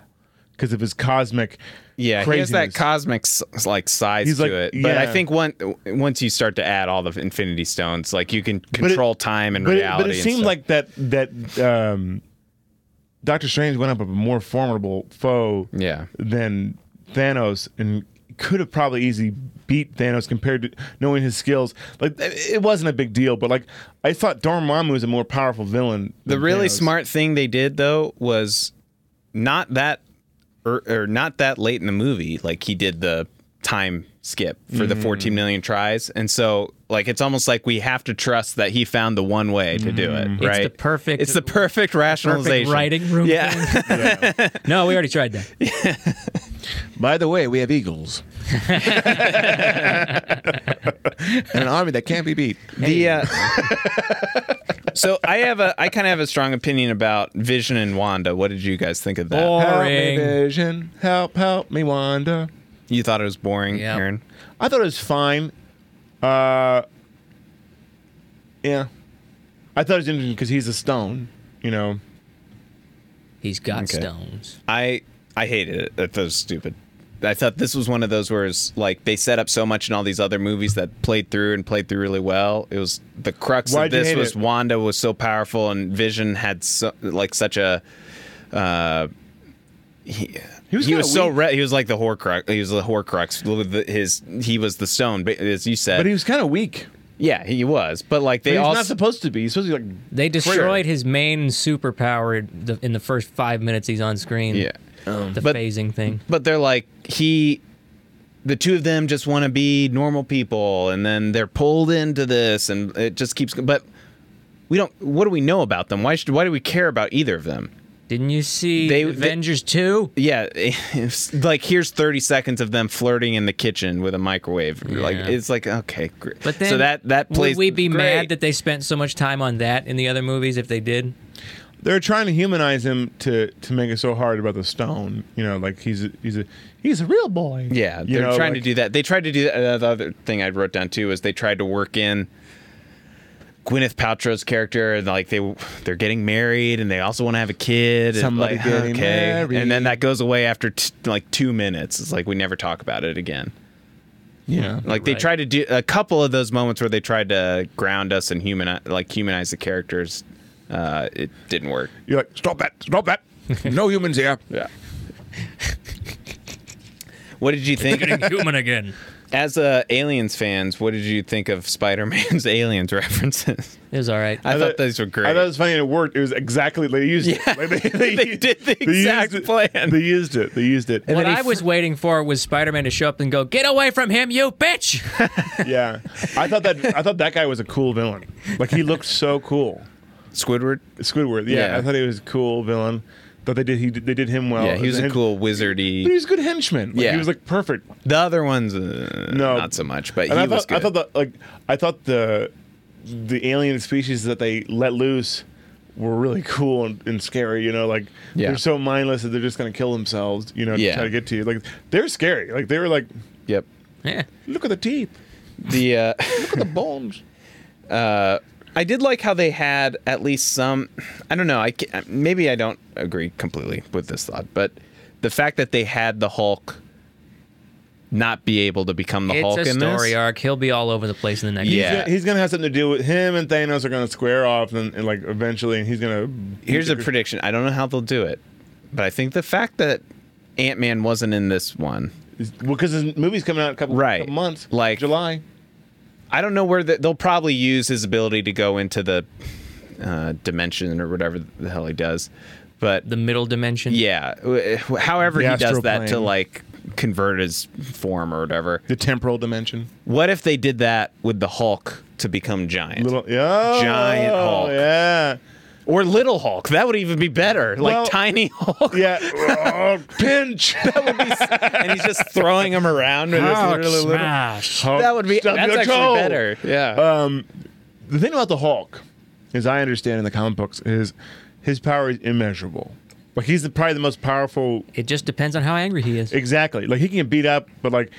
S4: because of his cosmic.
S3: yeah he has that
S4: craziness.
S3: cosmic s- like size
S4: He's
S3: to
S4: like-
S3: it but i
S4: yeah.
S3: think one, once you start to add all the infinity stones like you can
S4: it-
S3: control time and
S4: but it,
S3: reality
S4: but it
S3: and
S4: seemed
S3: stuff.
S4: like that that um, Doctor Strange went up a more formidable foe
S3: Yeah.
S4: than Thanos and could have probably easily beat Thanos compared to knowing his skills. Like it it wasn't a big deal, but like I thought Dormammu was a more powerful villain.
S3: The
S4: than
S3: really
S4: Thanos.
S3: smart thing they did though was not that or, or not that late in the movie. Like he did the time skip for the 14 million tries, and so like it's almost like we have to trust that he found the one way to do it.
S2: the
S3: Right?
S2: perfect-
S3: It's the perfect rationalization.
S2: writing room
S3: Yeah.
S2: No, we already tried that.
S5: By the way, we have eagles. and an army that can't be beat.
S3: the uh, so I have a I kind of have a strong opinion about Vision and Wanda. What did you guys think of that?
S2: Oh.
S5: Help me,
S2: Boring.
S5: vision. Help, help me, Wanda.
S3: You thought it was boring,
S2: Yeah.
S3: Aaron?
S4: I thought it was fine. Uh, yeah, I thought it was interesting because he's a stone. You know,
S2: He's got
S3: Okay.
S2: stones.
S3: I I hated it. I thought it was stupid. I thought this was one of those where it's like they set up so much in all these other movies that played through and played through really well. It was the crux
S4: Why'd you
S3: of this
S4: hate
S3: was
S4: it?
S3: Wanda was so powerful and Vision had so, like such a uh, he, he was,
S4: was
S3: he
S4: kinda
S3: was so
S4: weak.
S3: re- he was like the Horcrux. He was the Horcrux. with the- His he was the stone, but as you said,
S4: but he was kind of weak.
S3: yeah, he was. But like they
S4: he's
S3: all
S4: not supposed to be. He's supposed to be like
S2: They destroyed his main superpower in the, in the first five minutes he's on screen.
S3: yeah.
S2: The
S3: But-
S2: phasing thing.
S3: but they're like he the two of them just want to be normal people and then they're pulled into this and it just keeps but we don't what do we know about them why should why do we care about either of them
S2: Didn't you see
S3: They- they-
S2: Avengers 2?
S3: yeah it's like here's 30 seconds of them flirting in the kitchen with a microwave like
S2: Yeah.
S3: it's like okay great
S2: But then
S3: so that that plays
S2: would we be
S3: great.
S2: mad that they spent so much time on that in the other movies if they did?
S4: they're trying to humanize him to to make it so hard about the stone. You know, like he's a, he's a he's a real boy.
S3: Yeah,
S4: You
S3: they're
S4: know,
S3: trying
S4: like-
S3: to do that. They tried to do that. Uh, the other thing I wrote down too is they tried to work in Gwyneth Paltrow's character, and like they they're getting married, and they also want to have a kid. and,
S4: Somebody
S3: like,
S4: getting
S3: and then
S4: married.
S3: that goes away after t- like two minutes. It's like we never talk about it again.
S4: yeah.
S3: Like they
S2: Right.
S3: tried to do a couple of those moments where they tried to ground us and humanize, like humanize the characters. Uh, it didn't work.
S4: You're like, stop that, stop that.
S5: No humans here.
S3: Yeah. What did you think
S2: human again.
S3: as uh, aliens fans? What did you think of Spider-Man's aliens references?
S2: It was all right.
S3: I, thought these were
S4: I
S3: great.
S4: thought it was funny. and It worked. It was exactly they used
S3: Yeah.
S4: it. Like,
S3: They did the exact
S4: used
S3: plan.
S4: It. They used it. They used it.
S2: what
S3: then he
S2: I was waiting for was Spider-Man to show up and go, "Get away from him, you bitch!"
S4: yeah, I thought that I thought that guy was a cool villain. Like he looked so cool.
S3: Squidward.
S4: Squidward. Yeah,
S3: Yeah.
S4: I thought he was a cool villain. Thought they did he they did him well.
S3: yeah, he was a
S4: And-
S3: cool
S4: But he
S3: wizardy.
S4: was a good henchman. Like,
S3: Yeah.
S4: he was like perfect.
S3: The other ones, uh,
S4: No.
S3: not so much. But he
S4: And I
S3: was
S4: thought,
S3: good.
S4: I thought the like I thought the the alien species that they let loose were really cool and, and scary. You know, like
S3: Yeah.
S4: they're so mindless that they're just gonna kill themselves. You know, to
S3: Yeah.
S4: try to get to you. Like they're scary. Like they were like,
S3: yep.
S2: yeah.
S4: look at the teeth,
S3: The uh,
S4: look at the bones.
S3: I did like how they had at least some. I don't know. I ca- maybe I don't agree completely with this thought, but the fact that they had the Hulk not be able to become the
S2: It's
S3: Hulk
S2: a
S3: in
S2: story
S3: this.
S2: arc. He'll be all over the place in the next.
S3: Yeah.
S4: He's, gonna, he's gonna have something to do with him and Thanos are gonna square off and, and like eventually, and he's gonna.
S3: Here's a prediction. I don't know how they'll do it, but I think the fact that Ant Man wasn't in this one,
S4: because his movie's coming out in a couple,
S3: Right.
S4: couple months,
S3: Like-
S4: July.
S3: I don't know where the, they'll probably use his ability to go into the uh, dimension or whatever the hell he does, but
S2: The middle dimension.
S3: yeah, w- however
S4: The
S3: he does
S4: astral
S3: that to
S4: plane.
S3: like convert his form or whatever.
S4: The temporal dimension.
S3: What if they did that with the Hulk to become giant?
S4: Little, yeah,
S3: Giant Hulk.
S4: Yeah.
S3: or little Hulk. That would even be better. Like
S4: Well-
S3: tiny Hulk.
S4: Yeah. Oh, pinch.
S3: That would be s- and he's just throwing him around with his little- little-
S2: Smash.
S3: That would be
S4: Stub
S3: that's
S4: your
S3: actually
S4: toe.
S3: better. Yeah.
S4: The thing about the Hulk, as I understand in the comic books, is his power is immeasurable. Like he's the, probably the most powerful.
S2: It just depends on how angry he is.
S4: Exactly. Like he can get beat up, but like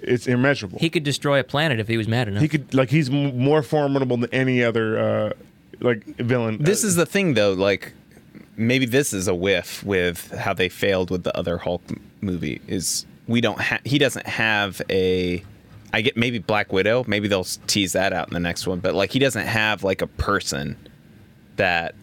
S4: it's immeasurable.
S2: He could destroy a planet if he was mad enough.
S4: He could like he's m- more formidable than any other uh like villain.
S3: this
S4: Uh,
S3: is the thing though, like maybe this is a whiff with how they failed with the other Hulk m- movie is we don't have he doesn't have a I get maybe Black Widow, maybe they'll s- tease that out in the next one, but like he doesn't have like a person that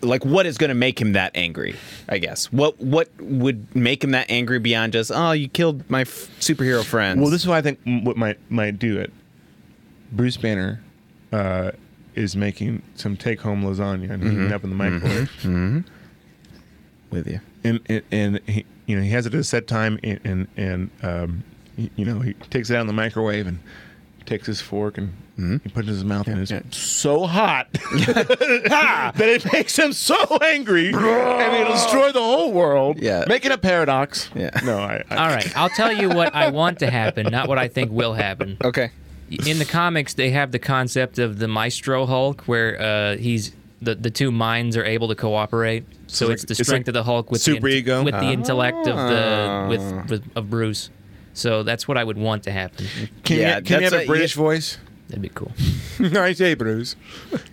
S3: like what is going to make him that angry i guess what what would make him that angry beyond just oh you killed my f- superhero friends
S4: well. This is why I think m- what might might do it. Bruce Banner uh, is making some take home lasagna and heating it up in the microwave.
S3: with you
S4: and and, and he, you know he has it at a set time and and, and um, y- you know he takes it out in the microwave and takes his fork and he puts it in his mouth and it's so hot that it makes him so angry and it'll destroy the whole world.
S3: Yeah.
S4: making a paradox.
S3: Yeah.
S4: no, I, I
S2: All right, I'll tell you what I want to happen, not what I think will happen.
S3: okay
S2: In the comics, they have the concept of the Maestro Hulk, where uh, he's the, the two minds are able to cooperate. So,
S4: like-
S2: it's the
S4: it's like
S2: strength of the Hulk with
S4: super
S2: the, inte-
S4: ego?
S2: with the intellect of the
S3: Ah.
S2: with, with of Bruce. So that's what I would want to happen.
S4: can
S3: Yeah,
S4: you, can you
S3: that's
S4: have
S3: a-
S4: a British
S3: yeah.
S4: voice?
S2: That'd be cool.
S4: no, I say Bruce,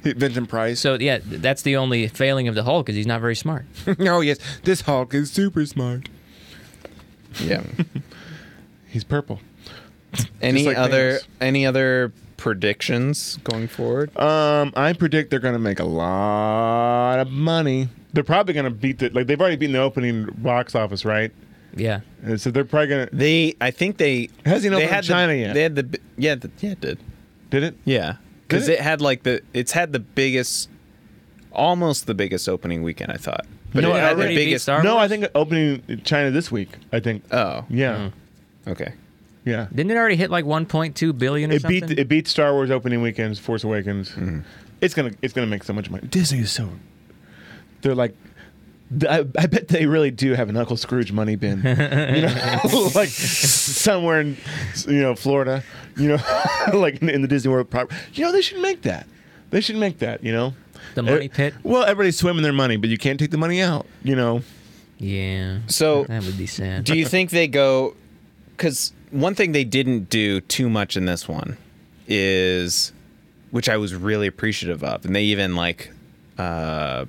S4: Vincent Price.
S2: So yeah, th- that's the only failing of the Hulk is he's not very smart.
S5: oh yes, this Hulk is super smart.
S3: yeah
S4: He's purple.
S3: any
S4: Just like
S3: other
S4: Thanos.
S3: any other predictions going forward
S4: Um, I predict they're going to make a lot of money. They're probably going to beat the like they've already beaten the opening box office, right?
S2: Yeah,
S4: And so they're probably going to
S3: they i think they
S4: Hasn't even
S3: they
S4: opened in
S3: had the-
S4: China yet.
S3: they had the bi- yeah the, yeah it did
S4: did it.
S3: yeah because
S4: Did
S3: it? had like the it's had the biggest almost the biggest opening weekend i thought but
S4: No,
S3: it
S4: it
S3: had the
S4: already
S2: beat
S3: biggest
S2: Star- Our
S4: no, I
S2: Wars?
S4: think opening in China this week. I think.
S3: oh
S4: yeah,
S3: okay
S4: yeah.
S2: didn't it already hit like 1.2 billion or
S4: It
S2: something?
S4: beat it beat Star Wars opening weekends. Force Awakens. It's gonna it's gonna make so much money. Disney is so. They're like. th- I, I bet they really do have an Uncle Scrooge money bin, you know, like somewhere in, you know, Florida, you know, like in, in the Disney World. Proper. You know, they should make that. They should make that. You know, Eh,
S2: The money pit?
S4: Well, everybody's swimming their money, but you can't take the money out. You know,
S2: yeah.
S3: So-
S2: that would be sad.
S3: Do you think they go? Because one thing they didn't do too much in this one is, which I was really appreciative of, and they even like uh,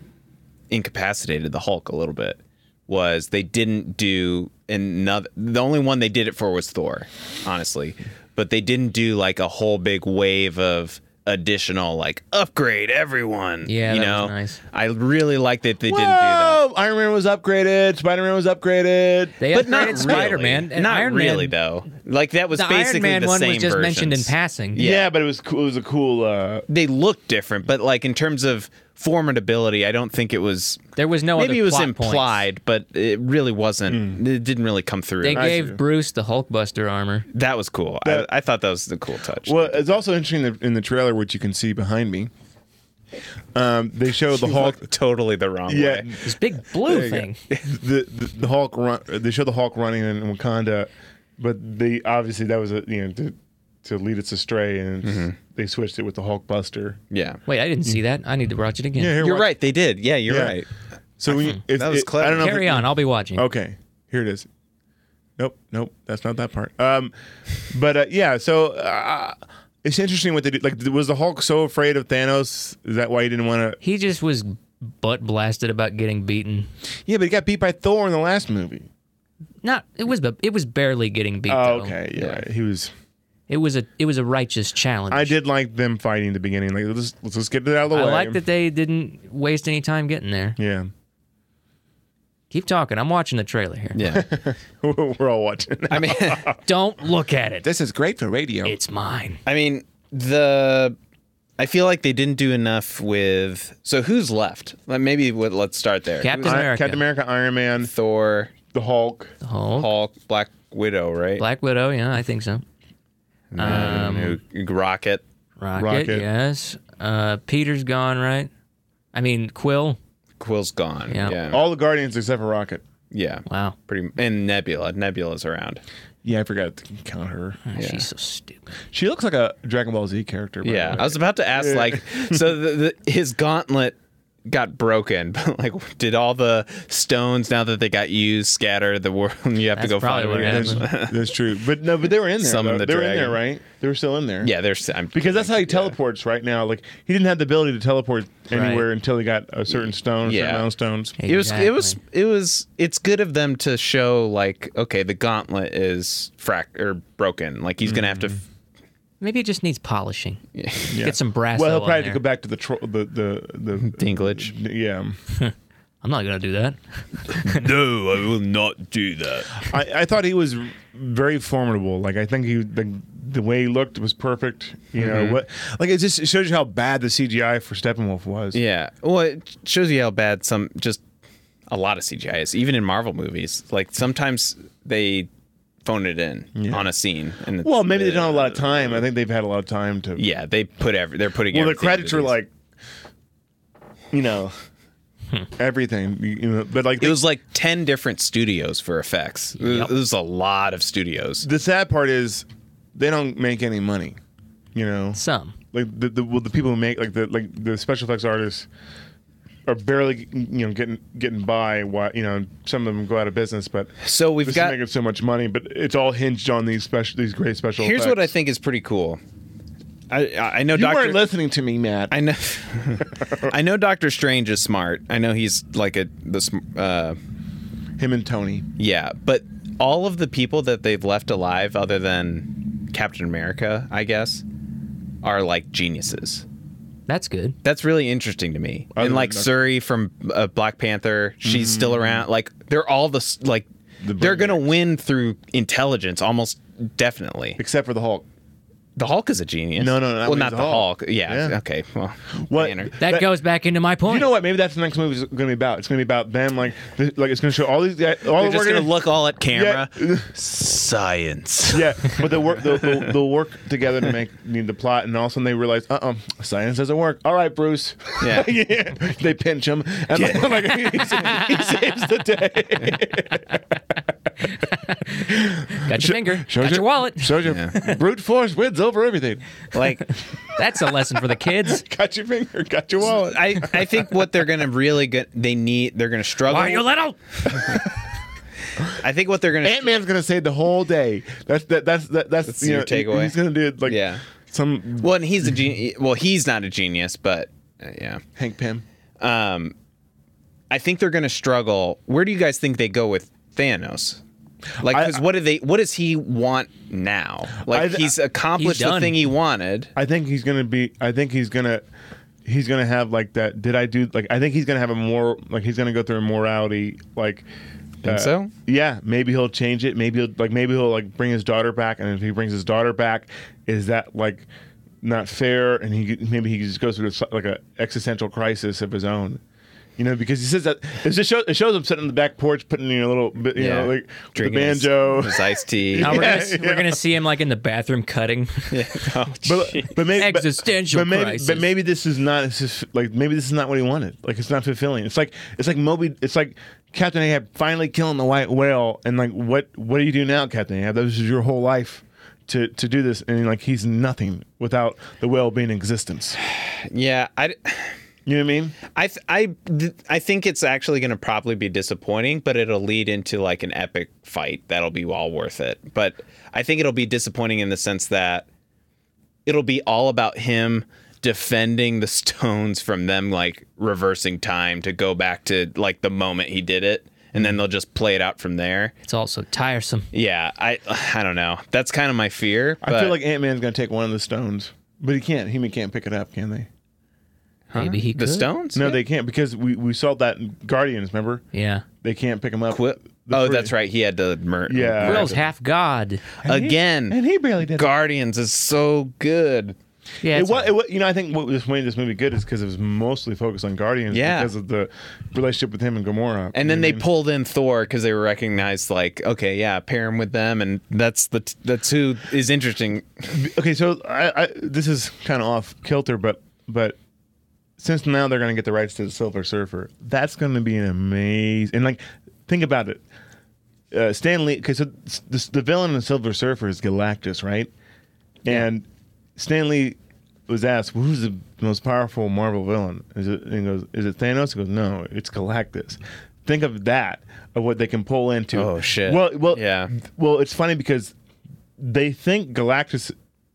S3: incapacitated the Hulk a little bit. Was they didn't do another? The only one they did it for was Thor, honestly. But they didn't do like a whole big wave of additional like upgrade everyone.
S2: Yeah,
S3: you
S2: that
S3: know,
S2: was nice.
S3: I really like that they didn't do that.
S5: Whoa! Iron Man was upgraded. Spider Man was upgraded.
S2: They
S3: But not
S2: upgraded
S3: really.
S2: Spider-Man. and
S3: Not
S2: Iron
S3: really
S2: Man,
S3: though. Like that was
S2: the
S3: basically
S2: Iron Man
S3: the
S2: one
S3: same
S2: was just mentioned in
S3: versions.
S2: passing.
S4: Yeah. but it was cool. It was a cool. Uh,
S3: They looked different, but like in terms of formidability, I don't think it was.
S2: There was no
S3: Maybe
S2: other
S3: it was
S2: plot points.
S3: implied, but it really
S4: Hmm.
S3: wasn't. It didn't really come through.
S2: They
S4: see.
S2: gave Bruce the Hulkbuster armor.
S3: that was cool. I, I thought that was a cool touch.
S4: well, it's also interesting that in the trailer, which you can see behind me. Um, they show the Hulk.
S3: Looked totally the wrong
S4: Yeah,
S3: way.
S2: This big blue thing.
S4: the, the the Hulk run. They show the Hulk running in Wakanda, but they obviously that was a you know to, to lead us astray, and
S3: Mm-hmm.
S4: it's- they switched it with the Hulk Buster.
S3: Yeah.
S2: Wait, I didn't see that. I need to watch it again.
S4: Yeah, here-
S3: You're
S4: what-
S3: right. They did. Yeah, you're
S4: Yeah.
S3: right.
S4: So when you, if,
S3: That was
S4: it-
S3: clever.
S4: I don't know. if
S2: Carry
S4: it-
S2: on. I'll be watching.
S4: Okay, here it is. Nope, nope, that's not that part. Um, but uh, yeah, so uh, it's interesting what they did. Like, was the Hulk so afraid of Thanos? Is that why he didn't want to?
S2: He just was butt blasted about getting beaten.
S4: Yeah, but he got beat by Thor in the last movie.
S2: Not it was it was barely getting beat.
S4: Oh,
S2: though.
S4: okay, yeah, right. He was.
S2: It was a it was a righteous challenge.
S4: I did like them fighting in the beginning. Like, let's let's just get it out of the
S2: I
S4: way.
S2: like that they didn't waste any time getting there.
S4: Yeah.
S2: Keep talking. I'm watching the trailer here.
S3: Yeah.
S4: We're all watching.
S3: I mean,
S2: Don't look at it.
S5: This is great for radio.
S2: It's mine.
S3: I mean the. I feel like they didn't do enough with. So who's left? Like, Maybe we- let's start there.
S2: Captain
S3: Who's-
S2: America.
S4: Captain America, Iron Man,
S3: Thor,
S4: the Hulk.
S2: Hulk.
S3: Hulk, Black Widow, right?
S2: Black Widow. Yeah, I think so.
S3: Um, who- Rocket.
S2: Rocket.
S4: Rocket.
S2: Yes. Uh, Peter's gone, right? I mean Quill.
S3: Quill's gone.
S2: Yeah.
S3: Yeah.
S4: All the Guardians except for Rocket.
S3: Yeah.
S2: Wow.
S3: Pretty and Nebula. Nebula's around.
S4: Yeah, I forgot to count her.
S3: Yeah.
S2: Ah, She's so stupid.
S4: She looks like a Dragon Ball Z character. by
S3: Yeah,
S4: the
S3: I
S4: way.
S3: was about to ask, like, so the, the, his gauntlet got broken, but like, did all the stones now that they got used scatter the world? And you have to
S2: That's
S3: go find
S2: probably what
S3: them.
S2: happened.
S4: That's, that's true. But no, but they were in there.
S3: Summon the
S4: though. they were in
S3: dragon.
S4: there, right? They were still in there.
S3: Yeah, there's I'm,
S4: Because that's how he teleports right now. Like he didn't have the ability to teleport anywhere until he got a certain stone, certain
S3: Yeah.
S4: amount of stones.
S3: It was, it was, it was. It's good of them to show like, okay, the gauntlet is frac or broken. Like he's gonna have to.
S2: Mm.
S3: f-
S2: Maybe it just needs polishing.
S4: Yeah.
S2: Get some brass.
S4: Well, he'll
S2: on
S4: probably have to
S2: there.
S4: go back to the tro- the the the.
S3: Dinklage.
S4: Yeah,
S2: I'm not gonna do that.
S3: no, I will not do that.
S4: I, I thought he was very formidable. Like I think he the, the way he looked was perfect. You
S3: Mm-hmm.
S4: know what? Like it just it shows you how bad the CGI for Steppenwolf was.
S3: Yeah. Well, it shows you how bad some just a lot of CGI is, even in Marvel movies. Like sometimes they phone it in on a scene, and it's,
S4: Well, maybe they don't have a lot of time. I think they've had a lot of time to.
S3: yeah, they put every they're putting.
S4: Well, the
S3: everything into
S4: credits are
S3: these.
S4: like, you know, everything. You you know, but like
S3: Hmm. it
S4: the,
S3: was like ten different studios for effects. It was-
S2: Yep.
S3: It was a lot of studios.
S4: the sad part is they don't make any money. You know,
S2: Some.
S4: like the the, well, the people who make like the like the special effects artists are barely you know getting getting by. Why you know some of them go out of business, but
S3: So we've
S4: this
S3: got
S4: is making so much money. But it's all hinged on these special these great special.
S3: here's what I
S4: effects.
S3: think is pretty cool. I I know
S4: You
S3: Doctor
S4: weren't listening to me, Matt.
S3: I know. I know Doctor Strange is smart. I know he's like a the sm- uh,
S4: Him and Tony.
S3: Yeah, but all of the people that they've left alive, other than Captain America, I guess, are like geniuses.
S2: That's good.
S3: That's really interesting to me.
S4: Other
S3: and
S4: than
S3: like
S4: Doctor-
S3: Suri from uh, Black Panther, she's still around. Like they're all the s- like they're gonna win through intelligence almost definitely.
S4: Except for the Hulk.
S3: The Hulk is a genius.
S4: No, no, no, that
S3: Well,
S4: was
S3: not the
S4: the Hulk.
S3: Hulk. Yeah,
S4: Yeah.
S3: Okay. Well,
S4: What-
S3: Banner.
S2: That,
S4: That-
S2: goes back into my point.
S4: You know what? Maybe that's the next movie is going to be about. It's going to be about them. Like, th- like it's going to show all these guys. All
S3: They're
S4: the
S3: just
S4: work
S3: gonna look all at
S4: Oh, Yeah,
S3: camera. Science.
S4: yeah. But they'll work. They'll, they'll, they'll work together to make need the plot, and all of a sudden they realize, uh, uh science doesn't work. All right, Bruce.
S3: Yeah.
S4: Yeah. They pinch him, and like, he, sa- he saves the day.
S2: Got your finger.
S4: Shows
S2: Got your wallet.
S4: Shows you. Brute force wins over everything.
S3: Like
S2: That's a lesson for the kids.
S4: Got your finger. Got your wallet.
S3: I, I think what they're gonna really get they need they're gonna struggle.
S2: Why you little?
S3: I think what they're gonna
S4: Ant Man's going to save the whole day. That's that. That's that. That's,
S3: That's
S4: you
S3: your
S4: know,
S3: takeaway?
S4: He's going to do like
S3: Yeah.
S4: some
S3: well, and he's a genius. Well, he's not a genius, but uh, yeah.
S4: Hank Pym.
S3: Um, I think they're gonna struggle. Where do you guys think they go with Thanos? Like,
S4: I-
S3: because what do they? What does he want now? Like,
S4: I-
S3: he's accomplished
S2: He's
S3: the
S2: done.
S3: thing he wanted.
S4: I think he's gonna be. I think he's gonna. He's gonna have like that. Did I do like? I think he's gonna have a more like. He's gonna go through a morality like. uh,
S3: Think so?
S4: Yeah, maybe he'll change it. Maybe he'll like. Maybe he'll like bring his daughter back. And if he brings his daughter back, is that like not fair? And he maybe he just goes through like a existential crisis of his own. You know, because he says that it just shows, it shows him sitting on the back porch, putting in a little, bit, you know, like with the
S3: Drinking his-
S4: banjo.
S3: his, iced tea.
S2: Now we're,
S4: Yeah,
S2: gonna, s- we're gonna see him like in the bathroom cutting.
S4: but, but maybe but-
S2: Existential
S4: but, maybe,
S2: crisis.
S4: But maybe this is not. It's just like maybe this is not what he wanted. Like it's not fulfilling. It's like it's like Moby. It's like Captain Ahab finally killing the white whale. And like what what do you do now, Captain Ahab? That was your whole life to to do this. And like he's nothing without the whale being in existence.
S3: yeah, I,
S4: You know what I mean?
S3: I, th- I, th- I think it's actually going to probably be disappointing, but it'll lead into like an epic fight that'll be all worth it. But I think it'll be disappointing in the sense that it'll be all about him defending the stones from them like reversing time to go back to like the moment he did it, and
S4: Mm-hmm.
S3: then they'll just play it out from there.
S2: It's also tiresome.
S3: Yeah, I, I don't know. That's kind of my fear. But
S4: I feel like Ant Man's gonna take one of the stones, but he can't. He can't pick it up, can they?
S2: Maybe he
S3: the
S2: could.
S3: stones.
S4: No, they can't because we we saw that in Guardians. Remember?
S2: Yeah.
S4: They can't pick him up.
S3: Quil-
S4: The
S3: oh,
S4: free-
S3: that's right. He had to mur-
S4: Yeah.
S2: Will's half god.
S3: again.
S4: And he barely did. it.
S3: Guardians is so good.
S2: Yeah.
S4: It
S2: it's-
S4: was, it wa you know, I think what was made this movie good is because it was mostly focused on Guardians
S3: Yeah.
S4: because of the relationship with him and Gamora.
S3: And then they pulled in Thor because they recognized, like, okay, yeah, pair him with them, and that's the that's who is interesting.
S4: okay, so I, I, this is kind of off kilter, but but since now they're going to get the rights to the Silver Surfer, that's going to be an amazing. And like, think about it, uh, Stan Lee. Because so the, the villain in the Silver Surfer is Galactus, right? And Stan Lee was asked, "Who's the most powerful Marvel villain?" Is it, and he goes, "Is it Thanos?" He goes, "No, it's Galactus." Think of that of what they can pull into.
S3: Oh, shit.
S4: Well, well,
S3: Yeah.
S4: Well, it's funny because they think Galactus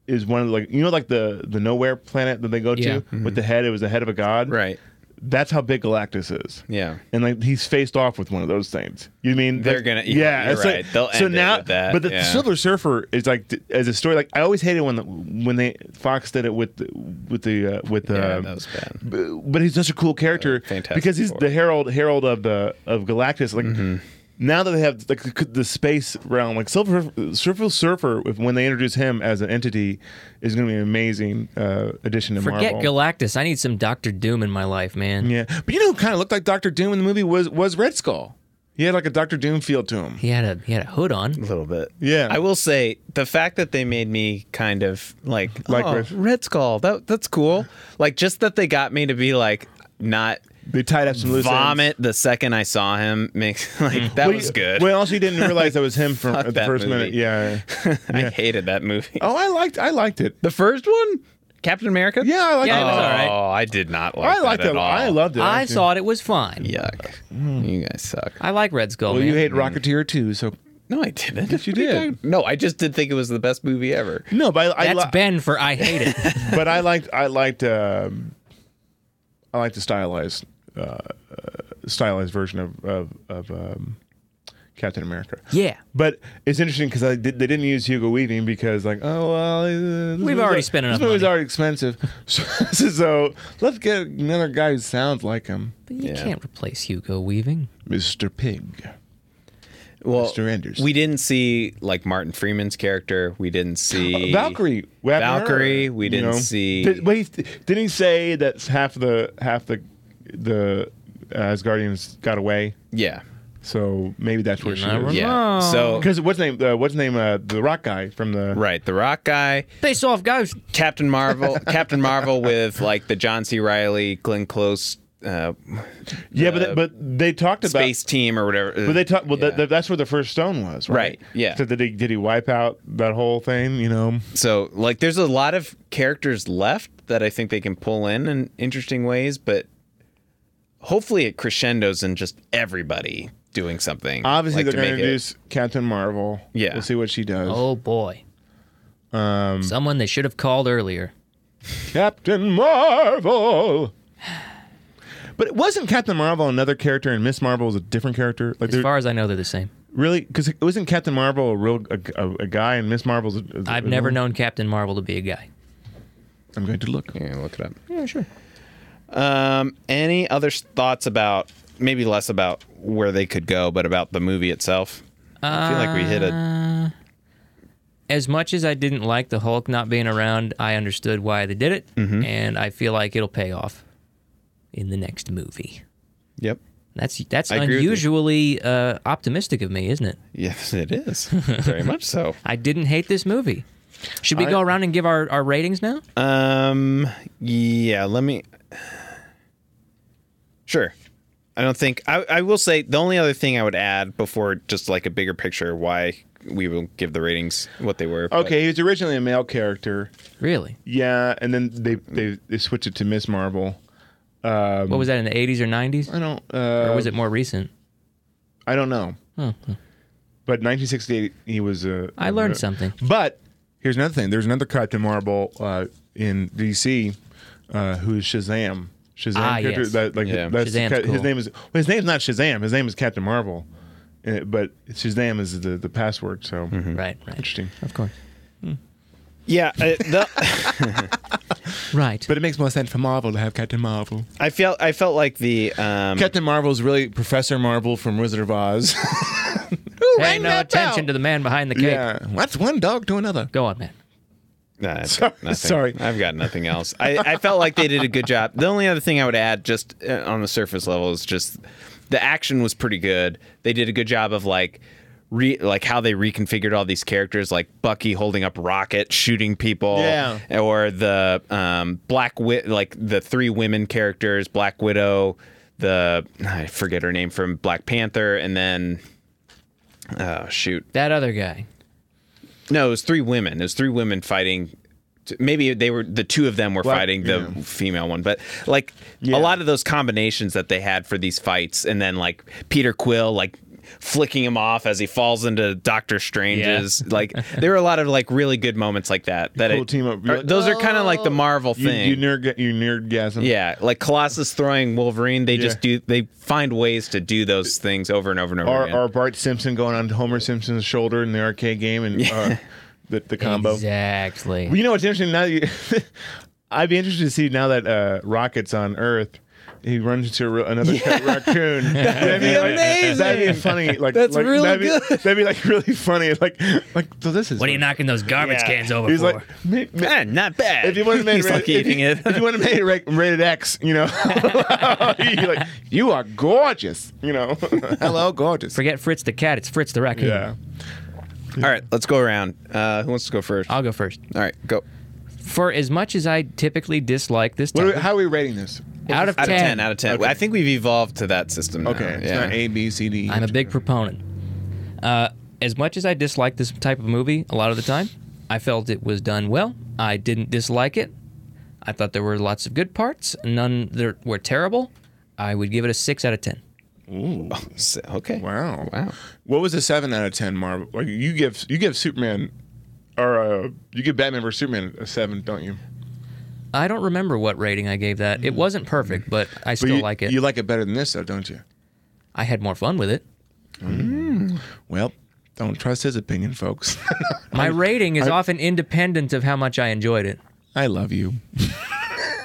S4: is one of the, like you know like the the nowhere planet that they go
S2: Yeah.
S4: to with the head. It was the head of a god.
S3: Right.
S4: That's how big Galactus is.
S3: Yeah.
S4: And like he's faced off with one of those things. You mean
S3: They're
S4: like-
S3: gonna- yeah, you're
S4: it's like-
S3: right. They'll
S4: so
S3: end it
S4: now,
S3: with that,
S4: but the
S3: yeah.
S4: Silver Surfer is like th- as a story. Like I always hated when the, when they Fox did it with the, with the uh, with the.
S3: Yeah, that was bad. Uh,
S4: b- but he's such a cool character
S3: Fantastic
S4: because he's
S3: Four. Mm-hmm.
S4: the herald herald of the of Galactus. Like now that they have like the, the space realm, like Silver Surfer Surfer, if- when they introduce him as an entity, is going to be an amazing uh, addition to
S2: Forget
S4: Marvel.
S2: Galactus. I need some Doctor Doom in my life, man.
S4: Yeah, but you know, who kind of looked like Doctor Doom in the movie was was Red Skull. He had like a Doctor Doom feel to him.
S2: He had a he had a hood on.
S3: A little bit.
S4: Yeah.
S3: I will say the fact that they made me kind of like, like
S4: Like
S3: oh,
S4: Red-
S3: Red Skull. That that's cool. Like just that they got me to be like not
S4: They tied up some loose ends.
S3: vomit the second I saw him. Makes like that
S4: Well,
S3: was
S4: you-
S3: good.
S4: Well, also you didn't realize that was him from
S3: Fuck
S4: at the
S3: that
S4: first
S3: movie.
S4: minute. Yeah.
S3: I hated that movie.
S4: Oh, I liked I liked it.
S3: The first one, Captain America.
S4: Yeah, I liked
S2: Yeah, it
S4: it.
S2: was all right.
S3: Oh, I did not like.
S4: I liked
S3: that
S4: it.
S3: at all.
S4: I Hmm. loved it.
S2: I
S4: actually.
S2: saw it. It was fine.
S3: Yuck! You guys suck.
S2: I like Red Skull.
S4: Well,
S2: man.
S4: you hate Rocketeer too, so
S3: No, I didn't.
S4: Yes, you
S3: What are
S4: did.
S3: talking- No, I just did think it was the best movie ever.
S4: no, but I, I
S2: That's
S4: li-
S2: Ben for I hate it.
S4: but I liked I liked um, I liked the stylized uh, uh, stylized version of of, of um, Captain America.
S2: yeah.
S4: But it's interesting because I did, they didn't use Hugo Weaving because like oh well uh, this movie's
S2: already
S4: al-
S2: spent enough
S4: This movie's
S2: money.
S4: already expensive, so, so let's get another guy who sounds like him,
S2: But you
S3: Yeah.
S2: can't replace Hugo Weaving.
S4: Mr. Pig.
S3: Well,
S4: Mr. Anderson.
S3: we didn't see like Martin Freeman's character. We didn't see
S4: Valkyrie, what happened to her?
S3: Valkyrie, we didn't see-
S4: Did, wait, didn't he say that half the half the the uh, Asgardians got away?
S3: Yeah,
S4: So maybe that's where she
S2: not
S4: is.
S2: wrong.
S3: yeah. So
S4: Because what's name? Uh, what's name? Uh, the rock guy from the
S3: right, the Rock guy,
S2: Face off, guys.
S3: Captain Marvel, Captain Marvel with like the John C. Riley, Glenn Close, uh,
S4: yeah, but
S3: uh,
S4: they, but they talked about
S3: space team or whatever.
S4: But they talk. Well, that
S3: Yeah.
S4: that- that's where the first stone was, right?
S3: Right, yeah.
S4: So did he did he wipe out that whole thing? You know,
S3: So like there's a lot of characters left that I think they can pull in in interesting ways, but hopefully it crescendos in just everybody doing something.
S4: obviously
S3: Like,
S4: they're going to
S3: make it-
S4: introduce Captain Marvel.
S3: Yeah.
S4: we'll see what she does.
S2: Oh boy. Um, Someone they should have called earlier.
S4: Captain Marvel. But it wasn't Captain Marvel another character, and Miss Marvel is a different character. Like
S2: As
S4: they're-
S2: far as I know, they're the same.
S4: really because wasn't Captain Marvel a real a, a, a guy and Miss Marvel's? a- a-
S2: I've
S4: a
S2: never
S4: woman?
S2: known Captain Marvel to be a guy.
S4: I'm going to look.
S3: Yeah, look it up.
S2: Yeah, sure.
S3: Um, any other s- thoughts about maybe less about where they could go, but about the movie itself? I feel like we hit a
S2: As much as I didn't like the Hulk not being around, I understood why they did it, and I feel like it'll pay off in the next movie.
S3: yep.
S2: That's that's
S3: I agree with you.
S2: unusually uh, optimistic of me, isn't it?
S3: Yes, it is very much so.
S2: I didn't hate this movie. Should we
S4: I-
S2: go around and give our, our ratings now?
S3: Um, yeah, let me. Sure. I don't think I, I will say the only other thing I would add before just like a bigger picture why we will give the ratings what they were. but-
S4: Okay, he was originally a male character.
S2: really?
S4: Yeah, and then they they, they switched it to Miss Marvel. Um,
S2: What was that in the 80s or 90s?
S4: I don't. Uh,
S2: or was it more recent?
S4: I don't know. But 1968, he was a.
S2: I learned something.
S4: But here's another thing. There's another Captain Marvel uh, in DC uh, who is Shazam. Shazam
S2: Ah,
S4: character.
S2: yes.
S4: That, like,
S3: Yeah.
S4: that's
S2: Shazam's
S4: ca-
S2: cool.
S4: His name is. Well, his name's not Shazam. His name is Captain Marvel. Uh, but Shazam is the, the password. So
S5: Mm-hmm.
S2: Right, right.
S4: interesting.
S2: Of course.
S3: Yeah, uh, the,
S2: Right.
S5: But it makes more sense for Marvel to have Captain Marvel.
S3: I felt I felt like the um,
S5: Captain Marvel's really Professor Marvel from Wizard of Oz.
S2: Pay no attention to the man behind the cake.
S4: Yeah.
S5: What's one dog to another?
S2: Go on, man.
S3: Nah, I've got
S4: Sorry-
S3: nothing.
S4: sorry.
S3: I've got nothing else. I, I felt like they did a good job. The only other thing I would add, just uh, on the surface level, is just the action was pretty good. They did a good job of like. Re, like how they reconfigured all these characters, like Bucky holding up Rocket, shooting people,
S5: Yeah.
S3: or the um, Black Wit, like the three women characters, Black Widow, the I forget her name from Black Panther, and then oh shoot,
S2: That other guy.
S3: no, it was three women. It was three women fighting. Maybe they were the two of them were fighting the female one, but like a lot of those combinations that they had for these fights, and then like Peter Quill like flicking him off as he falls into Doctor Strange's. Like there were a lot of like really good moments like that. That
S4: Cool
S3: it-
S4: team up. "Oh."
S3: are- those are kind of like the Marvel
S4: You,
S3: thing.
S4: you nerd. You nerdgasm.
S3: yeah, like Colossus throwing Wolverine, they just
S4: Yeah.
S3: do they find ways to do those things over and over and over
S4: Or,
S3: again.
S4: or Bart Simpson going on Homer Simpson's shoulder in the arcade game and uh, the, the combo.
S2: Exactly.
S4: Well, you know what's interesting now? That you, I'd be interested to see now that uh, Rocket's on Earth. He runs into a, real- another raccoon. That'd be amazing. That'd be funny. Like that's like, really that'd be, good. That'd be like really funny. Like like so this is.
S2: what are you knocking those garbage
S3: Yeah.
S2: cans over
S4: He's
S2: for?
S4: like, "Ma- ma-
S3: Man, Eh, not bad.
S4: if you want to make
S3: He's like eating it.
S4: if, if you want to make it ra- rated X, you know, You're like, you are gorgeous. You know,
S5: Hello, gorgeous.
S2: Forget Fritz the cat. It's Fritz the raccoon.
S4: yeah.
S3: All right, let's go around. Uh, who wants to go first?
S2: I'll go first.
S3: All right, go.
S2: For as much as I typically dislike this
S4: What are
S2: topic,
S4: we, how are we rating this?
S2: out, of
S3: Out
S2: 10,
S3: of 10, out of 10. I think we've evolved to that system. now,
S4: Okay, it's
S3: yeah.
S4: not A B C D. E.
S2: I'm a big proponent. Uh, as much as I dislike this type of movie a lot of the time, I felt it was done well. I didn't dislike it. I thought there were lots of good parts, none that were terrible. I would give it a 6 out of 10.
S3: S- Okay.
S4: Wow.
S3: Wow.
S4: What was a seven out of ten Marvel? Like you give you give Superman or uh, you give Batman versus Superman a seven, don't you?
S2: I don't remember what rating I gave that. It wasn't perfect, but I
S4: But
S2: still
S4: you,
S2: like it.
S4: You like it better than this, though, don't you?
S2: I had more fun with it.
S4: Well, don't trust his opinion, folks.
S2: My rating is often independent of how much I enjoyed it.
S5: I love you.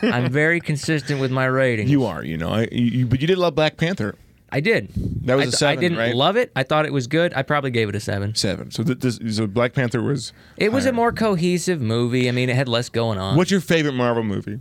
S2: I'm very consistent with my rating.
S4: you are, you know. I, you, you- but you did love Black Panther.
S2: I did.
S4: That was
S2: I
S4: a
S2: th- I
S4: seven,
S2: didn't
S4: right?
S2: love it. I thought it was good. I probably gave it a 7.
S4: Seven. So th- this so Black Panther was.
S2: It was a
S4: higher.
S2: more cohesive movie. I mean, it had less going on.
S4: What's your favorite Marvel movie?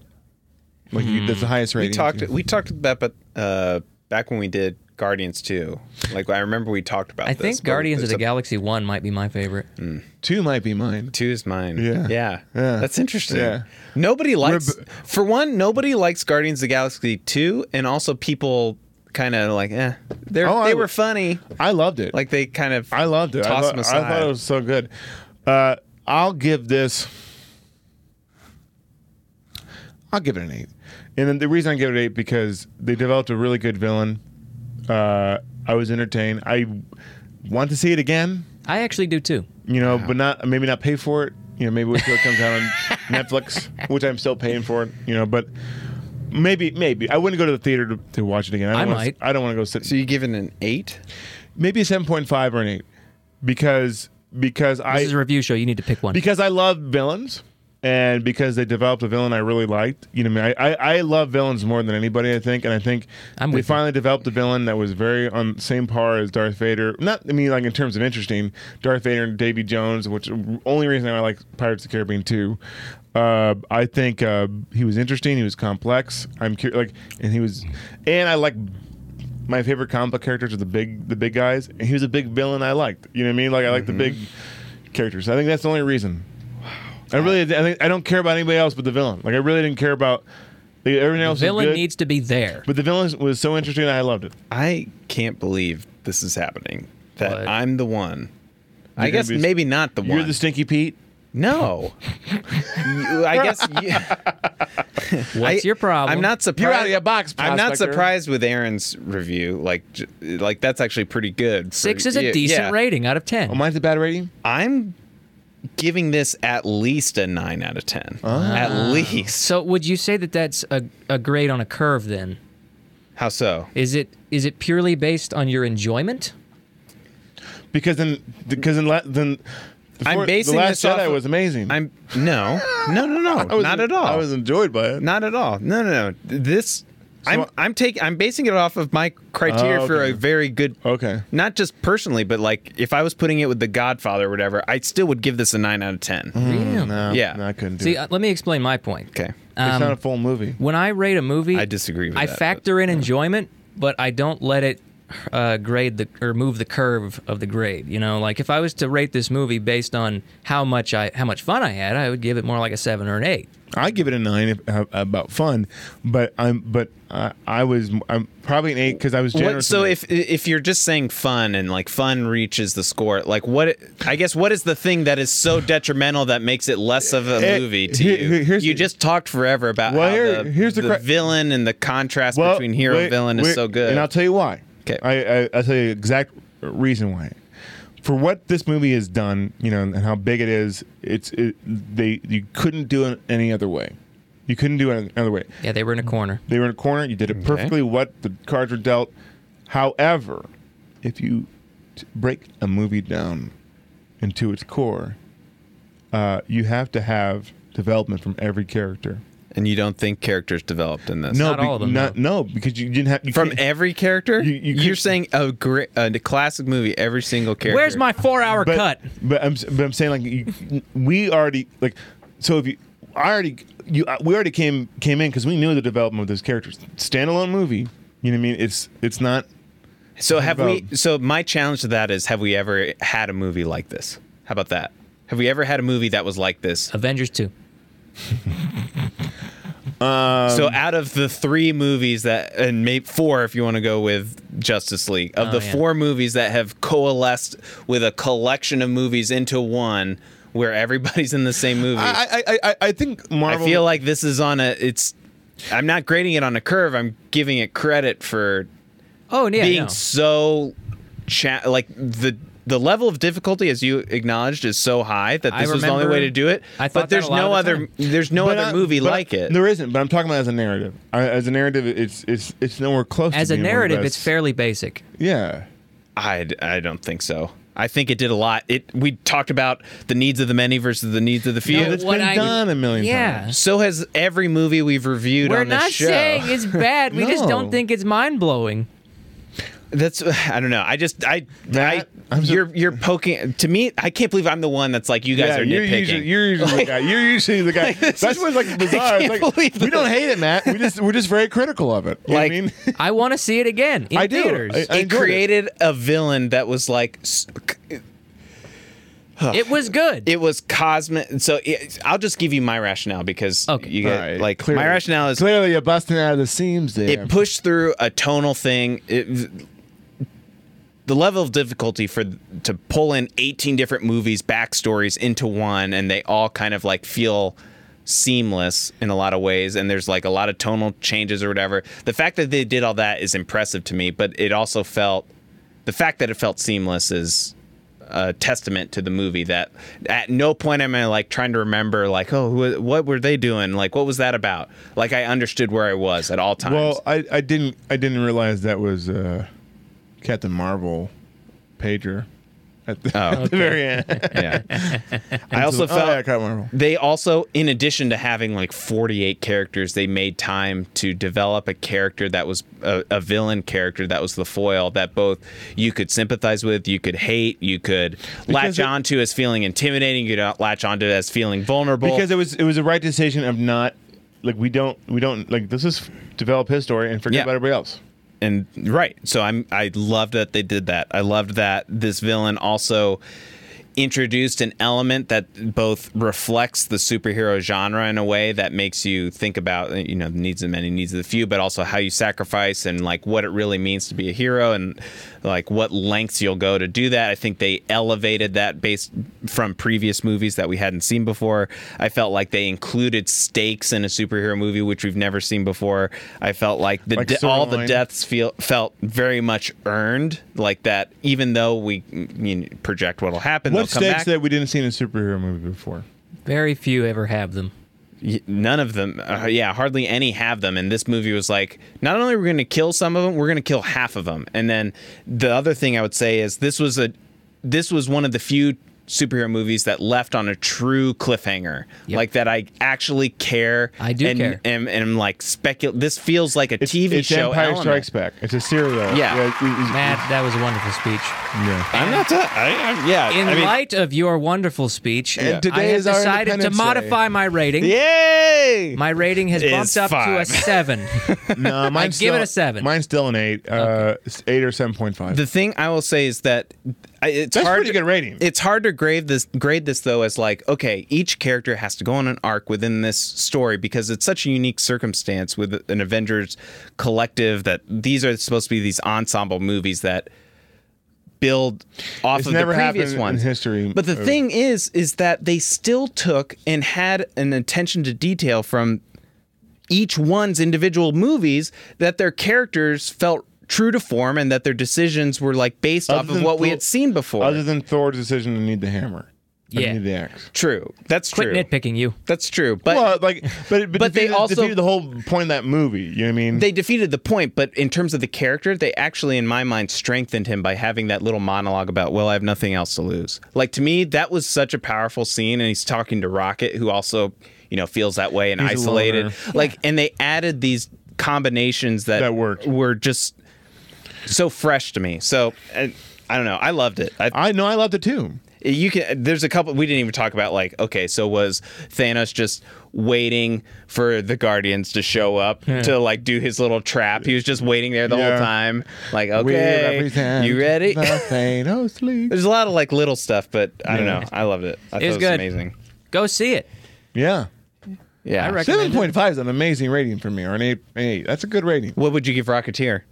S4: Like you, that's the highest
S3: We
S4: rating.
S3: talked. We talked about but uh, back when we did Guardians too. Like I remember we talked about.
S2: I
S3: this,
S2: think
S3: but
S2: Guardians of
S3: there's
S2: the
S3: a-
S2: Galaxy 1 might be my favorite.
S4: Mm. Two might be mine.
S3: Two is mine.
S4: Yeah.
S3: yeah,
S4: Yeah.
S3: That's interesting.
S4: Yeah.
S3: Nobody likes.
S4: b-
S3: for one, nobody likes Guardians of the Galaxy two, and also people kind of like, eh, they're,
S4: Oh,
S3: they
S4: I-
S3: were funny.
S4: I loved it.
S3: Like they kind of.
S4: I loved it. I,
S3: Toss
S4: thought-
S3: them
S4: I
S3: aside.
S4: thought it was so good. Uh, I'll give this. I'll give it an eight, and then the reason I give it an eight because they developed a really good villain. Uh, I was entertained. I want to see it again,
S2: I actually do too.
S4: you know, but not maybe not pay for it. You know, maybe wait till it comes out on Netflix, which I'm still paying for it. You know, but maybe maybe I wouldn't go to the theater to, to watch it again. I, don't
S2: I
S4: wanna-
S2: might.
S4: I don't want to go sit.
S3: So you give it an eight?
S4: maybe a seven point five or an eight because because I
S2: This is a review show. You need to pick one.
S4: because I love villains and because they developed a villain I really liked. You know, I I, I love villains more than anybody. I think, and I think
S2: I'm
S4: they
S2: with you.
S4: finally developed a villain that was very on the same par as Darth Vader. Not I mean like in terms of interesting, Darth Vader and Davy Jones, which only reason I like Pirates of the Caribbean two. Uh, I think uh, he was interesting. He was complex. I'm curious, like, and he was, and I like my favorite comic book characters are the big the big guys, and he was a big villain I liked. You know what I mean? Like I like the big
S3: Mm-hmm.
S4: characters. I think that's the only reason. I really I, think, I don't care about anybody else but the villain. Like I really didn't care about like, everything else. was
S2: villain
S4: good,
S2: needs to be there.
S4: but the villain was so interesting. I loved it.
S3: I can't believe this is happening. That
S2: What?
S3: I'm the one. I
S4: You're gonna
S3: guess
S4: be-
S3: maybe not the
S4: You're
S3: one.
S4: the Stinky Pete.
S3: no. You- I guess. You, I-
S2: What's your problem?
S3: I'm not surprised.
S5: You're out of your box,
S3: I'm not
S5: prospector.
S3: surprised with Aaron's review. Like, j- like that's actually pretty good. for
S2: Six is a
S3: you.
S2: decent
S3: Yeah.
S2: rating out of ten.
S4: Oh, mine's a bad rating.
S3: I'm giving this at least a nine out of ten. At least.
S2: so would you say that that's a, a grade on a curve? Then
S3: How so?
S2: is it is it purely based on your enjoyment?
S4: Because then because then la- then the
S3: I'm
S4: fourth-
S3: basing
S4: the last
S3: this
S4: Jedi
S3: off of-
S4: was amazing.
S3: I'm no, no, no, no,
S4: I was-
S3: not at all.
S4: I was enjoyed by it.
S3: Not at all. No, no, no. This I'm I'm taking I'm basing it off of my criteria
S4: Oh,
S3: for
S4: okay. Oh.
S3: a very good
S4: Okay.
S3: not just personally, but like if I was putting it with The Godfather or whatever, I still would give this a nine out of 10
S4: Mm-hmm.
S2: Really?
S4: No,
S3: Yeah.
S4: no, I couldn't do
S2: See,
S4: it.
S2: uh, let me explain my point.
S3: Okay.
S4: it's
S2: um,
S4: not a full movie.
S2: When I rate a movie,
S3: I disagree with
S2: I
S3: that, but-
S2: factor in enjoyment, but I don't let it uh, grade the or move the curve of the grade. You know, like if I was to rate this movie based on how much I how much fun I had, I would give it more like a seven or an eight.
S4: I give it a nine if, uh, about fun, but I'm but I, I was I'm probably an eight because I was generous.
S3: What, so
S4: with it.
S3: if if you're just saying fun and like fun reaches the score, like what I guess what is the thing that is so detrimental that makes it less of a
S4: Eh,
S3: movie to
S4: here-
S3: you?
S4: here- here's
S3: you
S4: the-
S3: just talked forever about
S4: Well,
S3: how
S4: here-
S3: the,
S4: here's the
S3: the
S4: cra-
S3: villain and the contrast between hero
S4: wait,
S3: villain is
S4: wait,
S3: so good.
S4: and I'll tell you why.
S3: 'Kay.
S4: I, I I'll tell you the exact reason why. For what this movie has done, you know, and how big it is, it's it, they you couldn't do it any other way. You couldn't do it another way.
S2: Yeah, they were in a corner.
S4: They were in a corner. You did it perfectly. What the cards were dealt. However, if you t- break a movie down into its core, uh, you have to have development from every character.
S3: and you don't think characters developed in this?
S4: no,
S2: not all of them,
S4: Not, no, because you didn't have you
S3: From
S4: can't-
S3: every character,
S4: You-
S3: you,
S4: you
S3: are
S4: could-
S3: saying a great, a classic movie. Every single character.
S2: Where's my four hour
S4: but,
S2: cut?
S4: But I'm s- but I'm saying like you, we already like so if you I already you uh, we already came came in because we knew the development of those characters. Standalone movie, you know what I mean? It's it's not
S3: So have we?
S4: about-
S3: So my challenge to that is: Have we ever had a movie like this? How about that? Have we ever had a movie that was like this?
S2: Avengers two.
S4: Um,
S3: so out of the three movies that, and maybe four if you want to go with Justice League, of
S2: Oh,
S3: the
S2: yeah.
S3: four movies that have coalesced with a collection of movies into one, where everybody's in the same movie, I,
S4: I I- I, I, I think Marvel
S3: feel like this is on a. It's. I'm not grading it on a curve. I'm giving it credit for
S2: Oh yeah,
S3: being
S2: no.
S3: so cha- like the the level of difficulty as you acknowledged is so high that
S2: I
S3: this was the only way
S2: remember-
S3: to do it
S2: I thought
S3: but
S2: that
S3: there's
S2: a lot
S3: no
S2: of the
S3: other
S2: time.
S3: there's no
S4: But
S3: other
S4: I-
S3: movie
S4: but I-
S3: like it
S4: There isn't, but I'm talking about as a narrative. I, as a narrative, it's it's it's nowhere close.
S2: As
S4: to
S2: a
S4: being one of the
S2: narrative,
S4: best.
S2: it's fairly basic.
S4: Yeah,
S3: I, I don't think so i think it did a lot it we talked about the needs of the many versus the needs of the few
S4: No, that's been done a million
S2: yeah.
S4: times.
S3: so has every movie we've reviewed
S2: We're
S3: on this
S2: not
S3: show
S2: saying it's bad. We just
S4: No.
S2: don't think it's mind blowing.
S3: That's I don't know. I just I
S4: Matt,
S3: I
S4: I'm so-
S3: you're you're poking to me. I can't believe I'm the one that's like you guys
S4: yeah.
S3: are
S4: you're,
S3: nitpicking.
S4: usually, you're usually the guy. You're usually the guy. That's what's like bizarre. It's
S3: can't
S4: like,
S3: believe
S4: we
S3: this.
S4: don't hate it, Matt. We just we're just very critical of it. You know
S3: Like-
S4: what I mean,
S2: I want to see it again in
S4: I do.
S2: theaters.
S4: I-
S3: it
S4: enjoyed it.
S3: created a villain that was like s-
S4: uh,
S2: it was good.
S3: it was cosmic. So it, I'll just give you my rationale because
S2: Okay.
S3: you get
S4: All right,
S3: like
S4: clearly-
S3: my rationale is
S4: clearly you're busting out of the seams there.
S3: it pushed through a tonal thing. It, the level of difficulty for to pull in 18 different movies backstories into one and they all kind of like feel seamless in a lot of ways and there's like a lot of tonal changes or whatever the fact that they did all that is impressive to me but it also felt the fact that it felt seamless is a testament to the movie that at no point am I like trying to remember like oh who, what were they doing like what was that about like I understood where I was at all times
S4: Well, I, I didn't I didn't realize that was uh, Captain Marvel pager at the,
S3: Oh.
S4: at the very end.
S3: Yeah. I also
S4: oh, yeah,
S3: felt
S4: I caught one.
S3: they also, in addition to having like 48 characters, they made time to develop a character that was a, a villain character that was the foil that both you could sympathize with, you could hate, you could latch
S4: it-
S3: onto as feeling intimidating, you could latch onto as feeling vulnerable.
S4: because it was it was a right decision of not like we don't we don't like this is develop his story and forget
S3: Yeah.
S4: about everybody else.
S3: and right so i'm i loved that they did that i loved that this villain also introduced an element that both reflects the superhero genre in a way that makes you think about you know the needs of the many needs of the few but also how you sacrifice and like what it really means to be a hero and like what lengths you'll go to do that i think they elevated that based from previous movies that we hadn't seen before i felt like they included stakes in a superhero movie which we've never seen before i felt like the
S4: Like
S3: de- all the
S4: storyline.
S3: death deaths feel felt very much earned, like that. Even though we you know, project what'll happen,
S4: What
S3: they'll come
S4: stakes
S3: back.
S4: that we didn't see in a superhero movie before?
S2: Very few ever have them.
S3: Y- None of them, uh, yeah, hardly any have them. And this movie was like, not only we're going to kill some of them, we're going to kill half of them. And then the other thing I would say is this was a, this was one of the few superhero movies that left on a true cliffhanger,
S2: Yep.
S3: like that I actually care.
S2: I do
S3: and,
S2: care.
S3: And, and, like specul. This feels like a TV
S4: it's
S3: show.
S4: Empire
S3: element.
S4: Strikes Back. It's a serial.
S3: Yeah.
S2: Matt, that was a wonderful speech.
S3: I'm not. ta- I, I'm, yeah.
S2: In
S3: I mean,
S2: light of your wonderful speech,
S4: And
S2: I
S4: today
S2: have
S4: is our
S2: decided to
S4: Independence Day.
S2: modify my rating.
S3: Yay!
S2: My rating has
S3: Is
S2: bumped up to a
S3: five.
S2: seven.
S4: no, mine's
S2: give it
S4: still-
S2: a seven.
S4: Mine's still an eight. Uh, it's eight or seven point five.
S3: The thing I will say is that I- it's
S4: That's
S3: hard
S4: pretty good rating.
S3: It's hard to grade this grade this though as like okay, each character has to go on an arc within this story because it's such a unique circumstance with an Avengers collective that these are supposed to be these ensemble movies that build off
S4: It's
S3: of
S4: never
S3: the previous
S4: happened in
S3: ones
S4: history.
S3: But the
S4: Uh,
S3: thing is is that they still took and had an attention to detail from each one's individual movies that their characters felt true to form and that their decisions were like based
S4: Other
S3: off of
S4: than
S3: what we
S4: Thor-
S3: had seen before.
S4: other than Thor's decision to need the hammer, I
S2: Yeah.
S4: need the axe.
S3: true. That's
S2: Quit
S3: true.
S2: nitpicking you.
S3: That's true. But
S4: well, like, but but,
S3: But they
S4: defeated-
S3: also-
S4: defeated the whole point of that movie. You know what I mean?
S3: they defeated the point, but in terms of the character, they actually, in my mind, strengthened him by having that little monologue about, well, I have nothing else to lose. Like, to me, that was such a powerful scene. And he's talking to Rocket, who also, you know, feels that way and
S4: He's a
S3: isolated.
S4: loner.
S3: Like, and they added these combinations that,
S4: That worked.
S3: were just so fresh to me. So, I, I don't know. I loved it. I,
S4: I know. I loved it too.
S3: you can there's a couple we didn't even talk about like okay so was thanos just waiting for the guardians to show up to like do his little trap he was just waiting there the
S4: Yeah.
S3: whole time like
S4: We
S3: okay
S4: represent
S3: you ready
S4: The Thanos League.
S3: there's a lot of like little stuff but i don't
S4: Yeah.
S3: know i loved it i thought
S2: It was
S3: it was
S2: good.
S3: amazing
S2: Go see it.
S4: Yeah.
S3: yeah
S2: I recommend
S4: Seven point five is an amazing rating for me, or an eight. Eight. That's a good rating.
S3: what would you give rocketeer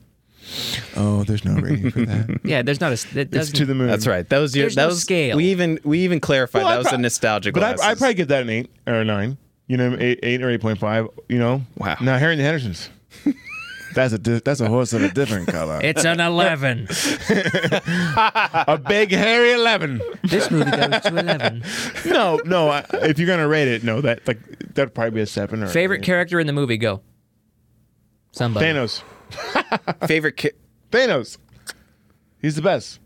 S4: Oh, there's no rating for that.
S2: Yeah, there's not a. That
S4: it's
S2: doesn't,
S4: to the moon.
S3: that's right that was your
S2: There's
S3: that
S2: no
S3: was
S2: scale.
S3: we even we even clarified
S4: Well, I
S3: that was
S4: prob-
S3: a nostalgic
S4: But I, I
S3: glasses.
S4: probably give that an eight or a nine. You know, eight, eight or eight point five. You know.
S3: Wow.
S4: Now Harry and the Hendersons. that's a di- that's a horse of a different color.
S2: It's an eleven.
S4: a big hairy eleven.
S2: this movie goes to eleven.
S4: no, no. I, if you're gonna rate it, no, that like that'd probably be a seven or
S2: Favorite character in the movie? Go. Somebody.
S4: Thanos.
S3: favorite ki-
S4: Thanos. He's the best.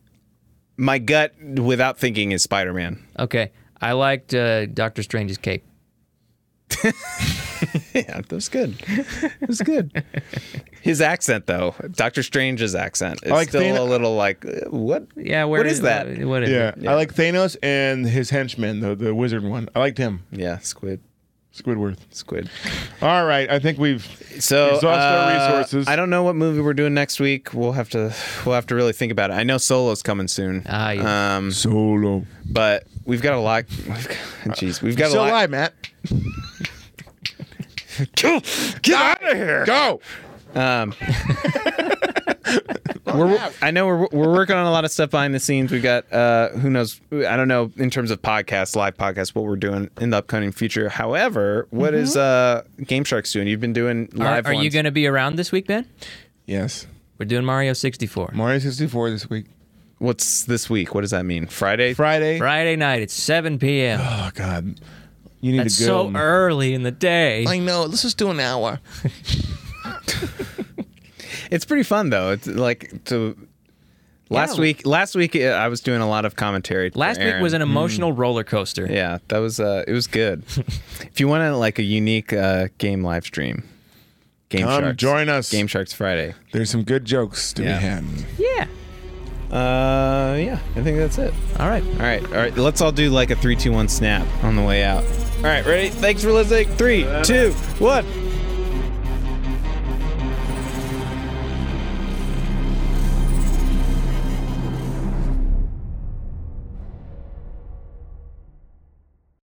S3: my gut without thinking is spider-man
S2: Okay, I liked uh, Doctor Strange's cape.
S3: Yeah, that was good. It was good. His accent, though, Doctor Strange's accent, is
S4: like
S3: still
S4: Thana-
S3: a little like uh, what?
S2: Yeah, where
S3: what is that?
S2: uh, What is
S4: Yeah.
S2: it?
S4: I like Thanos and his henchman, the the wizard one. I liked him.
S3: yeah, squid,
S4: Squidward.
S3: squid.
S4: All right, I think we've
S3: So
S4: exhausted our
S3: uh,
S4: resources.
S3: I don't know what movie we're doing next week. We'll have to we'll have to really think about it. I know Solo's coming soon.
S2: Ah, yeah.
S3: Um,
S4: solo.
S3: but we've got a lot. We've got, jeez, we've got a
S4: Still
S3: lot.
S4: alive, Matt.
S3: Get out of here.
S4: Go.
S3: Um, we're, I know we're, we're working on a lot of stuff behind the scenes. We've got, uh, who knows? I don't know in terms of podcasts, live podcasts, what we're doing in the upcoming future. However, what is uh, Game Sharks doing? You've been doing
S2: Mm-hmm. Are,
S3: live
S2: are you
S3: ones.
S2: going to be around this week, Ben?
S4: Yes.
S2: We're doing Mario 64.
S4: Mario 64 this week.
S3: What's this week? What does that mean? Friday?
S4: Friday.
S2: Friday night at 7 p.m.
S4: Oh God. You need
S2: That's
S4: to go.
S2: so early in the day.
S5: I know. Let's just do an hour.
S3: It's pretty fun, though. It's like to Last
S2: Yeah.
S3: week, last week uh, I was doing a lot of commentary. for
S2: Last week
S3: Aaron. Mm.
S2: was an emotional roller coaster.
S3: yeah. That was uh, it was good. if you want to like a unique uh, game live stream, Game
S4: Come
S3: Sharks,
S4: join us.
S3: Game Sharks Friday.
S4: There's some good jokes to
S3: Yeah.
S4: be had.
S2: Yeah.
S3: Uh, yeah, I think that's it.
S2: All right.
S3: All right, all right. Let's all do like a three, two, one snap on the way out. All right, ready? Thanks for listening. Three, two, one.